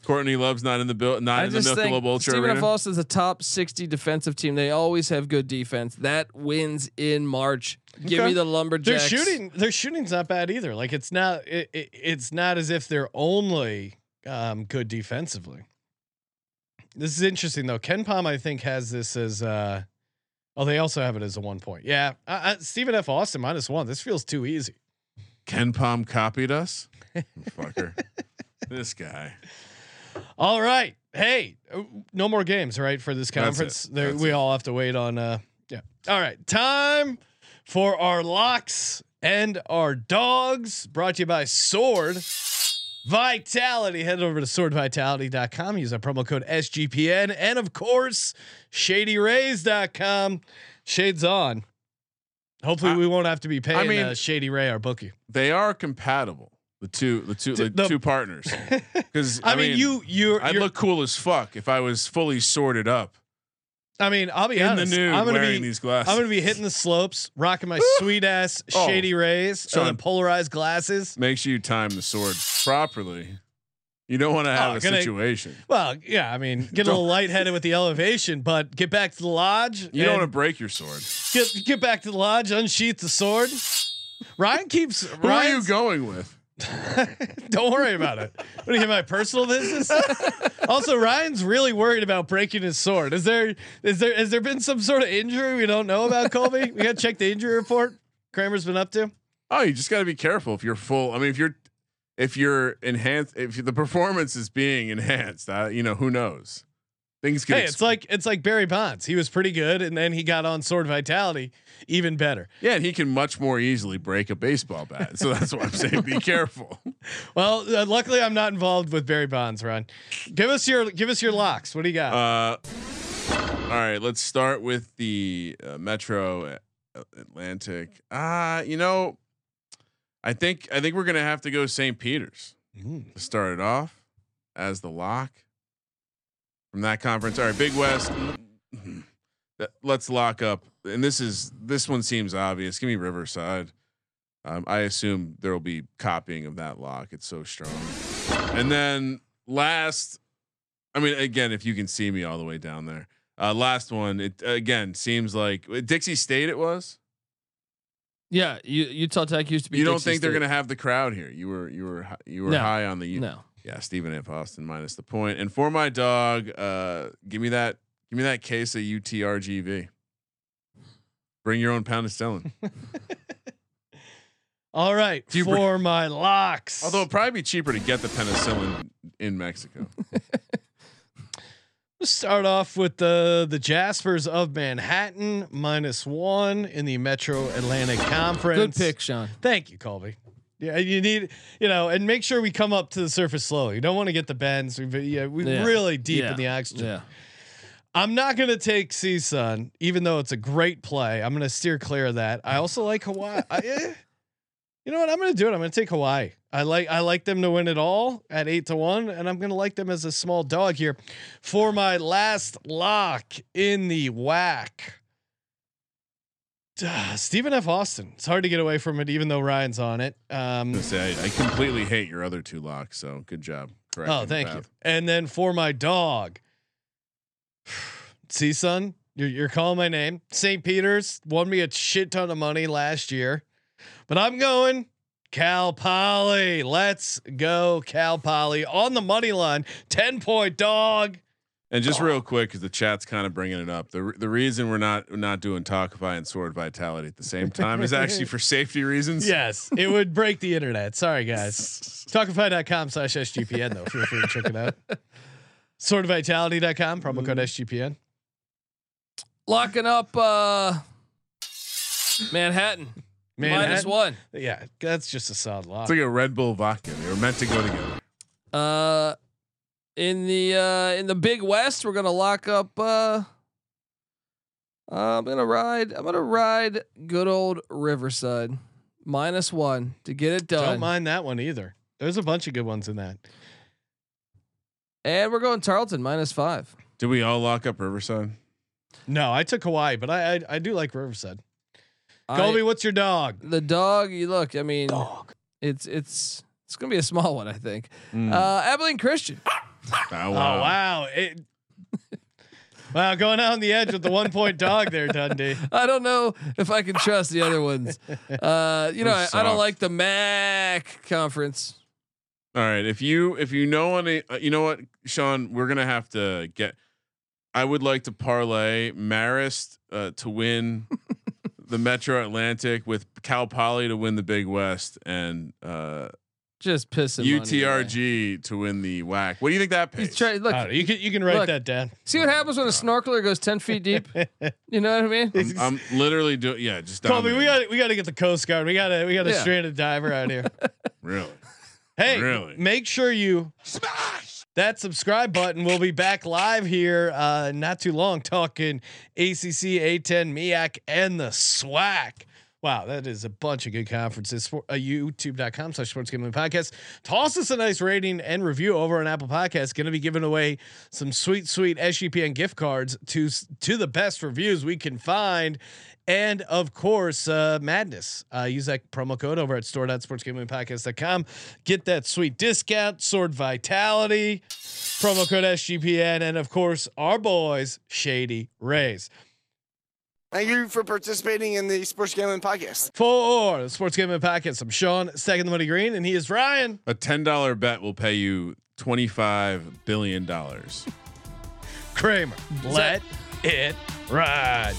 Courtney Love's not in the bill. Not I in the just Michelob think Ultra Stephen F. Arena. Austin's a top 60 defensive team. They always have good defense. That wins in March. Give Okay. me the Their lumberjacks. shooting, their shooting's not bad either. Like it's not, it, it, it's not as if they're only um, good defensively. This is interesting though. Ken Palm, I think, has this as. Uh, oh, they also have it as a one point. Yeah, I, I, Stephen F. Austin minus one. This feels too easy. Ken Palm copied us. [LAUGHS] Fucker. This guy. All right. Hey, uh, no more games, right, for this That's it. conference. There, That's we it. all have to wait on. Uh, yeah. All right. Time for our locks and our dogs. Brought to you by Sword Vitality. Head over to swordvitality.com. Use our promo code SGPN. And of course, shadyrays.com. Shades on. Hopefully, I- we won't have to be paying mean- uh, Shady Ray our bookie. They are compatible. The two, the two, D- the, the- [LAUGHS] two partners. Because I, mean, you, you're, I'd you're- look cool as fuck if I was fully sorted up. I mean, I'll be in honest. the nude I'm gonna wearing be these glasses. I'm gonna be [LAUGHS] hitting the slopes, rocking my sweet ass Oh. shady rays Son. and the polarized glasses. Make sure you time the sword properly. You don't want to have Oh, a gonna- situation. Well, yeah, I mean, get a little lightheaded with the elevation, but get back to the lodge. You don't and want to break your sword. get get back to the lodge, unsheath the sword. Ryan keeps. Who are you Ryan's- going with? [LAUGHS] Don't worry about it. What do you hear my personal business? [LAUGHS] also, Ryan's really worried about breaking his sword. Is there is there has there been some sort of injury we don't know about, Colby? We got to check the injury report. Kramer's been up to. Oh, you just got to be careful if you're full. I mean, if you're if you're enhanced, if the performance is being enhanced, uh, you know who knows. Things can. Hey, it's like it's like Barry Bonds. He was pretty good, and then he got on Sword Vitality, even better. yeah, and he can much more easily break a baseball bat. So that's why I'm saying [LAUGHS] be careful. Well, uh, luckily I'm not involved with Barry Bonds. Ron, give us your give us your locks. What do you got? Uh, all right, let's start with the uh, Metro uh, Atlantic. Ah, you know, I think I think we're gonna have to go St. Peter's Mm. to start it off as the lock from that conference. All right, Big West. That- Let's lock up, and this is this one seems obvious. Give me Riverside. Um, I assume there will be copying of that lock. It's so strong. And then last, I mean, again, if you can see me all the way down there. Uh, last one, it again seems like uh, Dixie State. It was. Yeah, U- Utah Tech used to be. You don't Dixie think they're State. going to have the crowd here? You were you were hi- you were No. high on the U- No. yeah Stephen A. Austin minus the point. And for my dog, uh, give me that give me that case of UTRGV. Bring your own pound [LAUGHS] of selling. All right, do you br- for my locks. Although it'd probably be cheaper to get the penicillin in Mexico. Let's start off with the the Jaspers of Manhattan minus one in the Metro Atlantic Good Conference. pick, Sean. Thank you, Colby. Yeah, you need you know, and make sure we come up to the surface slowly. You don't want to get the bends. We've, yeah, we're Yeah. really deep Yeah. in the oxygen. Yeah. I'm not gonna take CSUN, even though it's a great play. I'm gonna steer clear of that. I also like Hawaii. I, eh. You know what? I'm gonna do it. I'm gonna take Hawaii. I like I like them to win it all at eight to one, and I'm gonna like them as a small dog here for my last lock in the whack. [SIGHS] Stephen F. Austin. It's hard to get away from it, even though Ryan's on it. Um, I say, I, I completely hate your other two locks. So good job. correcting oh, the thank you. path. And then for my dog, [SIGHS] see, son, you're, you're calling my name. St. Peter's won me a shit ton of money last year, but I'm going Cal Poly. Let's go, Cal Poly on the money line. 10 point dog. And just real quick, because the chat's kind of bringing it up. The the reason we're not we're not doing Talkify and Sword Vitality at the same time is actually for safety reasons. Yes, it would break the internet. Sorry, guys. Talkify.com slash SGPN, though. Feel free to check it out. Swordvitality.com, promo code SGPN. Locking up uh Manhattan. Minus Manhattan. one. Yeah, that's just a solid lock. It's like a Red Bull vodka. They were meant to go together. Uh in the uh in the big west, we're gonna lock up uh I'm gonna ride I'm gonna ride good old Riverside. Minus one to get it done. Don't mind that one either. There's a bunch of good ones in that. And we're going Tarleton minus five. Did we all lock up Riverside? No, I took Hawaii, but I I, I do like Riverside. I- Colby, what's your dog? the dog, you look, I mean it's it's it's gonna be a small one, I think. Uh Abilene Christian. Oh, Oh wow. It, [LAUGHS] wow, going out on the edge with the one point dog there, [LAUGHS] Dundee. I don't know if I can trust the [LAUGHS] other ones. Uh, you know, I, I don't soft. like the MAC conference. All right. If you if you know any, uh, you know what, Sean, we're gonna have to get. I would like to parlay Marist uh, to win the Metro Atlantic with Cal Poly to win the Big West and uh, Just pissing. money away. UTRG to win the WAC. What do you think that pays? He's trying. Look, Oh, you can you can write Look. that down. see what happens when a snorkeler goes ten feet deep. You know what I mean? I'm, I'm literally doing. Yeah, just Colby, we dominating. got we got to get the Coast Guard. We got to we got to Yeah. stranded diver out here. really. Hey, Really? make sure you smash that subscribe button. We'll be back live here uh, not too long talking ACC, A10, MIAC, E and the SWAC. Wow, that is a bunch of good conferences. For, uh, YouTube.com slash sports gambling podcast. Toss us a nice rating and review over on Apple Podcasts. Going to be giving away some sweet, sweet SGPN gift cards to s- to the best reviews we can find. And of course, uh, Madness. Uh, use that promo code over at store.sportsgamblingpodcast.com. Get that sweet discount, Sword Vitality, promo code SGPN, and of course, our boys, Shady Rays. Thank you for participating in the Sports Gambling Podcast. For the Sports Gambling Podcast, I'm Sean, second the money green, and he is Ryan. A ten dollar bet will pay you twenty five billion dollars. Kramer. Let it ride.